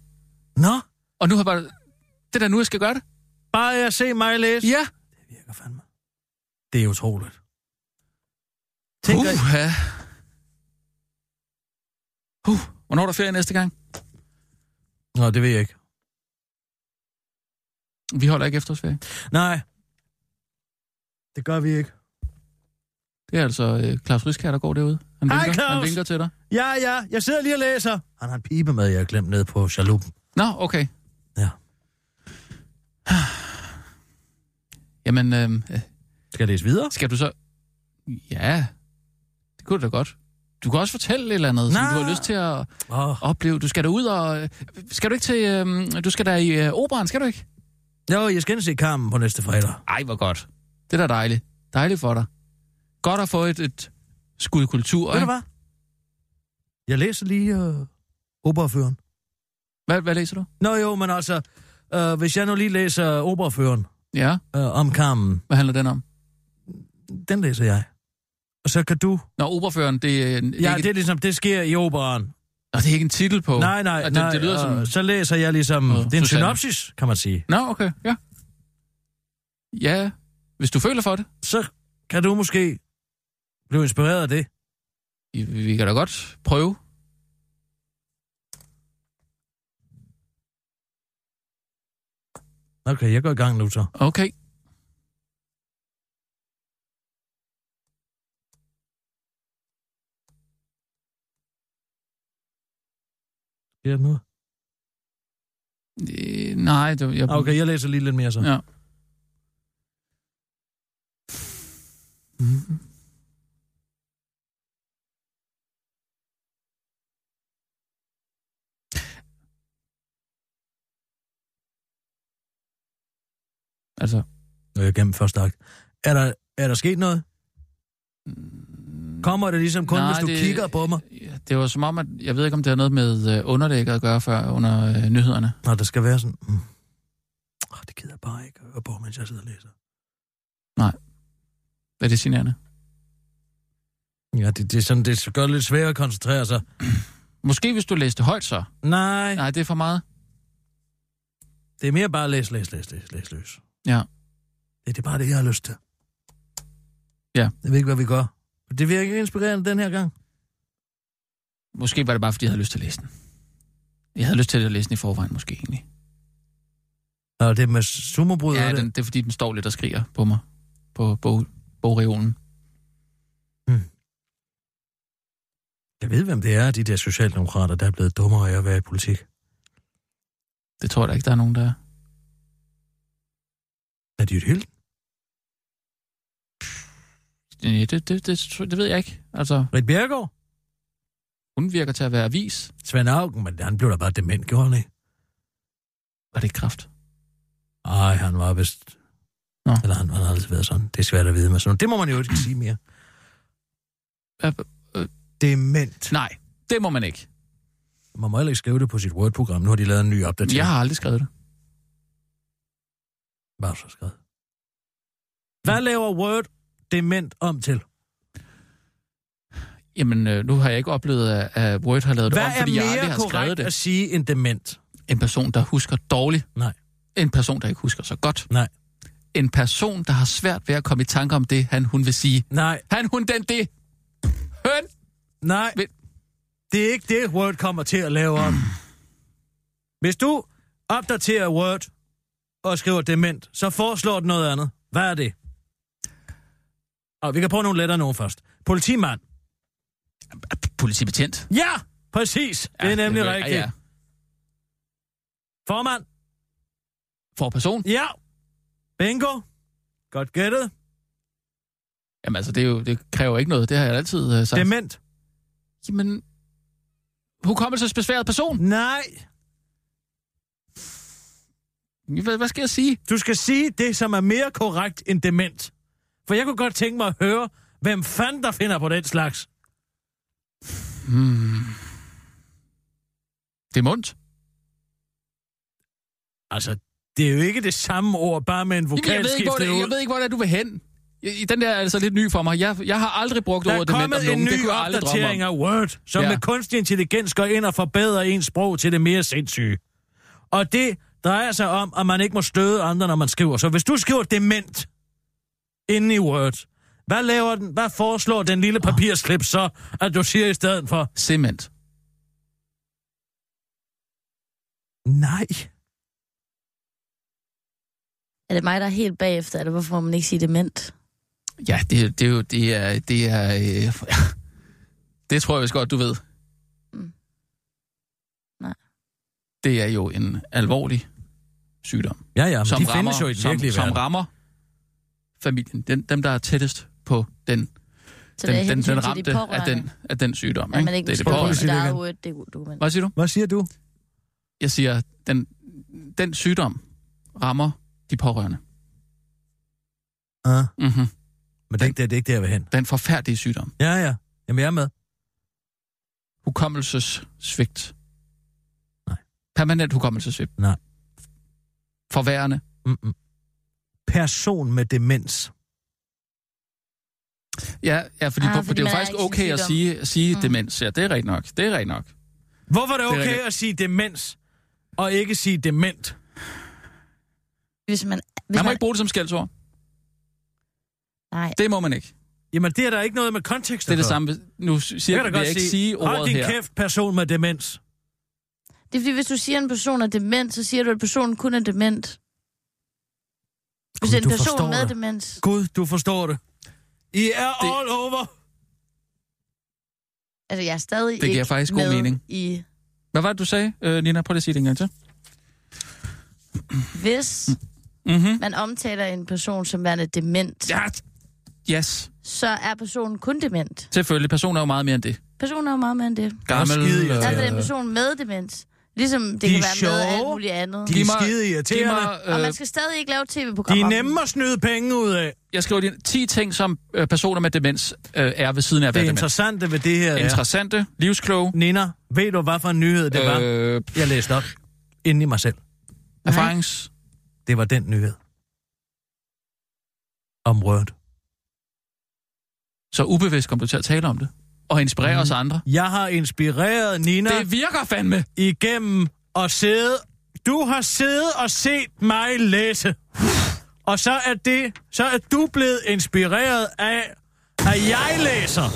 E: Nå,
D: Og nu har jeg bare... Det er da nu, jeg skal gøre det.
E: bare er at se mig læse.
D: Ja.
E: virker fandme. Det er utroligt. Tænk, at-
D: Puh, ja. Puh. Hvornår er der ferie næste gang?
E: Nå, det ved jeg ikke.
D: Vi holder ikke efterårsferie.
E: Nej. Det gør vi ikke.
D: Det er altså øh, Claus Ryskær, der går derude. Han
E: Hej,
D: vinker, han
E: Claus.
D: vinker til dig.
E: Ja, ja, jeg sidder lige og læser. Han har en pibe med, jeg har glemt ned på chaluppen.
D: Nå, okay.
E: Ja.
D: Jamen, øh,
E: Skal jeg læse videre?
D: skal du så... Ja, det kunne du da godt. Du kan også fortælle et eller andet, som
E: Nå.
D: du har lyst til at
E: Åh,
D: opleve. Du skal da ud og... øh, Skal du ikke til... Øh, du skal da i øh, operan, skal du ikke?
E: Jo, jeg skal ind og se kampen på næste fredag.
D: Ej, hvor godt. Det er da dejligt. Dejligt for dig. Godt at få et, et skud kultur,
E: Ved du
D: ikke?
E: hvad? Jeg læser lige øh, operaføren.
D: Hvad, hvad læser du?
E: Nå jo, men altså, øh, hvis jeg nu lige læser operaføren
D: Ja,
E: øh, om kampen,
D: hvad handler den om?
E: den læser jeg. Og så kan du...
D: Nå, operaføreren, det er... en-
E: Ja,
D: ikke-
E: det er ligesom, det sker i operan.
D: Nå, det er ikke en titel på.
E: Nej, nej,
D: Ah, det,
E: nej
D: det lyder
E: og
D: som...
E: Så læser jeg ligesom... det er en
D: Susanne.
E: synopsis, kan man sige.
D: Nå, okay, ja. Ja, hvis du føler for det.
E: Så kan du måske blive inspireret af det.
D: Vi, vi kan da godt prøve.
E: Okay, jeg går i gang nu så.
D: Okay.
E: Sker der noget?
D: Øh, nej, det, jeg...
E: Ah, Okay, jeg læser lige lidt mere så.
D: Ja. Altså,
E: Nu er jeg gennem første akt. Er der, er der sket noget? Kommer det ligesom kun,
D: Nej,
E: hvis du
D: det-
E: kigger på mig?
D: det var som om, at jeg ved ikke, om det har noget med øh, underlægget at gøre før under øh, nyhederne.
E: Nå, det skal være sådan... Mm. Oh, det gider jeg bare ikke at høre på, mens jeg sidder og læser.
D: Hvad er det signalerende?
E: Ja, det, det, er sådan, det gør det lidt svært at koncentrere sig.
D: Måske hvis du læste højt så.
E: Nej,
D: Nej, det er for meget.
E: det er mere bare læs, læs, læs, læs, læs, løs.
D: Ja.
E: Det, det er bare det, jeg har lyst til.
D: Ja.
E: Jeg ved ikke, hvad vi gør. Det virker ikke inspirerende den her gang.
D: Måske var det bare, fordi jeg havde lyst til at læse den. Jeg havde lyst til at læse den i forvejen, måske egentlig.
E: Og det er med sumobrud,
D: Ja,
E: er det?
D: den, det er fordi, den står lidt og skriger på mig på bog, bogreolen.
E: Jeg ved, hvem det er, de der socialdemokrater, der er blevet dummere af at være i politik.
D: Det tror jeg da ikke, der er nogen, der...
E: Er de et helt?
D: Ja, Det, det, det, tror- det ved jeg ikke. Altså,
E: Britt Bjergård?
D: hun virker til at være avis.
E: Svend Augen, men han blev da bare dement, gjorde han ikke?
D: Var det ikke kraft?
E: Ej, han var vist...
D: Nå.
E: Nå. Eller han, han har altid været sådan. Det er svært at vide med sådan noget. Det må man jo ikke sige mere.
D: Ja,
E: Dement.
D: Nej, det må man ikke.
E: Man må heller ikke skrive det på sit Word-program. Nu har de lavet en ny opdatering.
D: Jeg har aldrig skrevet det.
E: Bare så skrevet. Hvad laver Word dement om til?
D: Jamen, øh, nu har jeg ikke oplevet, at- at Word har lavet det
E: Hvad
D: om,
E: er
D: fordi jeg aldrig
E: mere
D: har skrevet
E: korrekt at
D: det.
E: sige end dement?
D: En person, der husker dårligt.
E: Nej.
D: En person, der ikke husker så godt.
E: Nej.
D: En person, der har svært ved at komme i tanke om det, han hun vil sige.
E: Nej,
D: Han, hun, den, det. Høn.
E: nej.
D: Men-
E: Det er ikke det, Word kommer til at lave om. Hvis du opdaterer Word og skriver dement, så foreslår den noget andet. Hvad er det? Og vi kan prøve nogle lettere nogen først. Politimand.
D: Politibetjent.
E: Ja, præcis. Ja, det er nemlig
D: ved-
E: rigtigt.
D: Ja.
E: Formand.
D: For person.
E: Ja. Bingo. Godt gættet.
D: Jamen altså, det, er jo, det kræver ikke noget. Det har jeg altid uh, sagt. Dem...
E: Dement.
D: Jamen, hukommelsesbesværet person.
E: Nej.
D: Hvad, hvad skal jeg sige?
E: Du skal sige det, som er mere korrekt end dement. For jeg kunne godt tænke mig at høre, hvem fanden der finder på den slags.
D: Det er mundt.
E: Altså, det er jo ikke det samme ord, bare med en
D: Jamen, jeg, ved ikke, hvor
E: vokalskift.
D: det, jeg ved ikke, hvor det er, du vil hen. I- Den der er altså lidt ny for mig. Jeg, jeg har aldrig brugt
E: Der er
D: ordet dement om
E: kommet en
D: nogen. Det
E: ny
D: kunne jeg aldrig drømme om.
E: opdatering af Word, som
D: Ja.
E: ja. med kunstig intelligens går ind og forbedrer ens sprog til det mere sindssyge. Og det drejer sig om, at man ikke må støde andre, når man skriver. Så hvis du skriver dement inde i Word, hvad laver den? Hvad foreslår den lille papirslip så, at du siger i stedet for?
D: Cement.
E: Nej.
J: Er det mig, der er helt bagefter, eller hvorfor må man ikke sige dement?
D: Ja, det, det er jo... Det er... Det, er, øh, det tror jeg vist godt, du ved.
J: Mm. Nej.
D: Det er jo en alvorlig sygdom.
E: Ja, ja, men
D: som
E: de
D: rammer,
E: findes jo i den
D: som,
E: virkelige
D: som
E: verden.
D: rammer familien, den, dem der er tættest på den,
J: Så det er
D: den, den,
J: hensyn
D: den
J: til de
D: ramte af
J: pårørende,
D: den, af den sygdom.
J: at man ikke må
D: det er det
J: skrive på
D: pårørende.
J: sit
E: det
J: eget
E: igen.
J: Word-dokument.
D: Hvad siger du?
E: Hvad siger du?
D: Jeg siger, den, den sygdom rammer de pårørende.
E: Ah,
D: Mm-hmm.
E: men det er ikke der, det er ikke der, jeg vil hen.
D: Den forfærdelige sygdom.
E: Ja, ja. Jamen, jeg er med.
D: Hukommelsessvigt.
E: Nej.
D: Permanent hukommelsessvigt.
E: Nej.
D: Forværende.
E: Mm-mm. Person med demens.
D: Ja, ja fordi,
J: Ah,
D: ah,
J: fordi
D: fordi det
J: man
D: er jo
J: er
D: faktisk
J: i sin
D: okay at
J: sygdom.
D: sige, sige
J: Mm.
D: demens. Ja, det er rigtigt nok. Det er rigtigt nok.
E: Hvorfor er
D: Det
E: det
D: er
E: okay
D: rigtigt.
E: at sige demens, og ikke sige dement?
J: Hvis man... Hvis
D: Man må ikke bruge det som skældsord.
J: Nej.
D: Det må man ikke.
E: Jamen, det er der ikke noget med kontekst
D: Det er det
E: at gøre.
D: samme. hvis- Nu siger
E: kan
D: jeg,
E: da
D: vil jeg ikke sige
E: Hold
D: ordet
E: din
D: her.
E: kæft, person med demens.
J: Det er fordi, hvis du siger, at en person er dement, så siger du, at personen kun er dement. Hvis
E: Gud,
J: en
E: du
J: person
E: forstår
J: med
E: det.
J: demens...
E: Gud, du forstår det. I er det... all over.
J: Altså, jeg er stadig
D: Det giver
J: ikke
D: faktisk god
J: med
D: mening.
J: i...
D: Hvad var det, du sagde, øh, Nina? Prøv lige at sige det en gang til.
J: Hvis
D: Mhm.
J: man omtaler en person som værende dement,
D: ja. Yes.
J: så er personen kun dement.
D: Selvfølgelig. Personer er jo meget mere end det.
J: Personen er jo meget mere end det.
D: Gammel... Altså,
E: skide
J: Der er det en person med demens. Ligesom det
E: De
J: kan
E: er
J: være med
E: sjove.
J: alt muligt andet.
E: De er skide irriterende.
J: Og
D: øh,
J: man skal stadig ikke lave
E: De
J: tv-programmer.
E: er
J: om
E: nemme at snyde penge ud af.
D: Jeg skriver lige 10 ting, som øh, personer med demens øh, er ved siden af at
E: Det
D: være
E: er
D: demens.
E: interessante ved det her er...
D: Interessante, livskloge,
E: Nina, ved du, hvad for en nyhed det var?
D: øh,
E: Jeg læste op inden i mig selv.
D: erfarings...
E: Det var den nyhed. Om Word.
D: Så ubevidst kommer du til at tale om det. Og inspirere mm. os andre.
E: Jeg har inspireret Nina
D: Det virker fandme.
E: igennem at sidde... Du har siddet og set mig læse. Og så er det... Så er du blevet inspireret af, at jeg læser.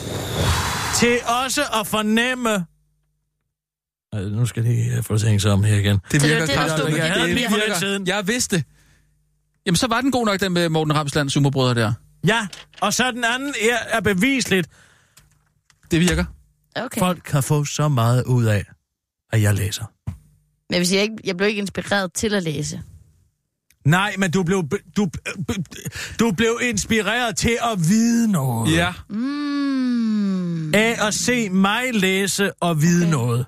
E: Til også at fornemme... Ej, nu skal de øh, få tænkt sig om her igen.
G: Det
J: Så det er
G: virker
J: jo det, der
G: kraftigt.
J: står
E: Jeg havde den lige for lidt siden.
D: Jeg vidste det. Jamen, så var den god nok, den med Morten Ramsland Superbrødre der.
E: Ja, og så den anden er, er bevisligt.
D: Det virker.
J: Okay.
E: Folk kan få så meget ud af, at jeg læser.
J: Men hvis jeg, ikke, jeg blev ikke inspireret til at læse.
E: Nej, men du blev, be- du, be- du blev inspireret til at vide noget.
D: Ja.
J: Mm.
E: Af at se mig læse og vide okay. noget.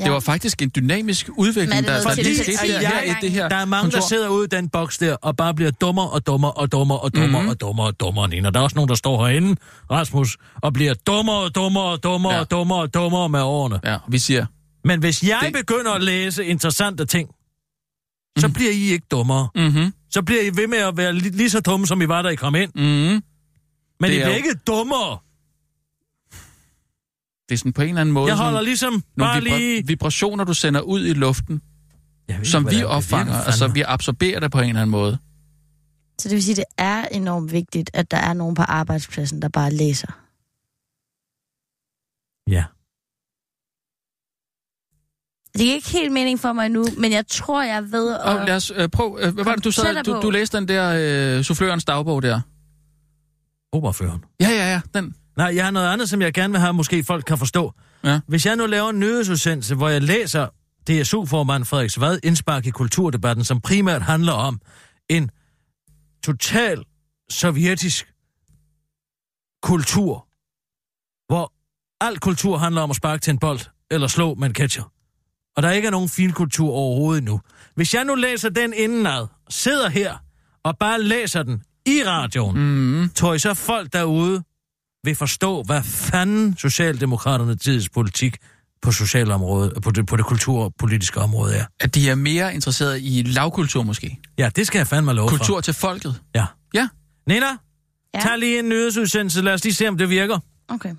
J: Ja.
D: Det var faktisk en dynamisk udvikling,
J: Men er
D: der,
J: det
D: der
J: noget
D: lige
J: til-
D: skete
J: til-
D: der,
J: til-
D: her i det her
E: Der er mange, kontor. der
D: kontor.
E: sidder ude i den boks der, og bare bliver dummere og dummere og dummere og dummere
D: Mhm.
E: mm-hmm. og dummere og dummere, Nina. Der er også nogen, der står herinde, Rasmus, og bliver dummere og dummere og dummere
D: Ja.
E: ja. og dummere og dummere med årene.
D: Ja, vi siger,
E: Men hvis jeg
D: Det-
E: det... begynder at læse interessante ting, så bliver I ikke dummere.
D: mhm,
E: Så bliver I ved med at være li- lige så dumme, som I var, da I kom ind.
D: mhm.
E: Men
D: Det
E: I
D: er
E: bliver
D: jo-
E: ikke dummere.
D: Det er sådan på en eller anden måde
E: Jeg
D: sådan
E: holder ligesom
D: nogle
E: bare
D: vibra-
E: lige...
D: vibrationer, du sender ud i luften, som vi opfanger, og som vi absorberer det på en eller anden måde.
J: Så det vil sige, at det er enormt vigtigt, at der er nogen på arbejdspladsen, der bare læser.
E: Ja.
J: Det giver ikke helt mening for mig nu, men jeg tror, jeg ved at...
D: Og lad os øh, prøve, øh, hvad var det, du, sad,
J: tættere
D: du,
J: på.
D: du læste den der øh, soufflørens dagbog der?
E: Oberføren.
D: Ja, ja, ja, den.
E: Nej, jeg har noget andet, som jeg gerne vil have, måske folk kan forstå.
D: Ja.
E: Hvis jeg nu laver en nyhedsudsendelse, hvor jeg læser DSU-formand Frederik Svad indspark i kulturdebatten, som primært handler om en total sovjetisk kultur, hvor al kultur handler om at sparke til en bold eller slå med en catcher. Og der ikke er nogen fin kultur overhovedet nu. Hvis jeg nu læser den indenad, sidder her og bare læser den i radioen,
D: Mm,
E: tror I så folk derude vil forstå, hvad fanden Socialdemokraterne tids politik på socialområdet, på det, på det kulturpolitiske område er?
D: at de er mere interesserede i lavkultur måske.
E: Ja, det skal jeg fandme lov
D: Kultur til folket.
E: for. Ja.
D: Ja.
E: Nina,
J: Ja.
E: ja. tag lige en nyhedsudsendelse. Lad os lige se, om det virker.
J: Okay.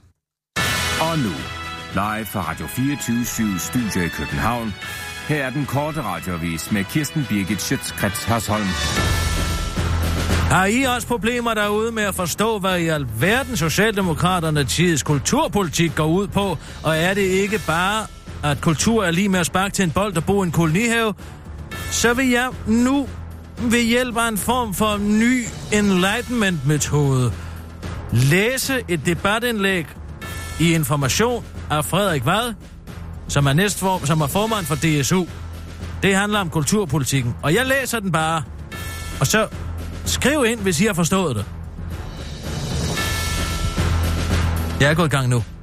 F: Og nu, live fra Radio 24 Studio i København. Her er den korte radiovis med Kirsten Birgit Schøtzgrads Hasholm.
E: Har I også problemer derude med at forstå, hvad i alverden Socialdemokraterne tids kulturpolitik går ud på? Og er det ikke bare, at kultur er lige med at sparke til en bold og bo i en kolonihave? Så vil jeg nu ved hjælp af en form for ny enlightenment-metode læse et debatindlæg i Information af Frederik Vad, som er, næstform, som er formand for DSU. Det handler om kulturpolitikken, og jeg læser den bare. Og så skriv ind, hvis I har forstået det. Jeg er gået i gang nu.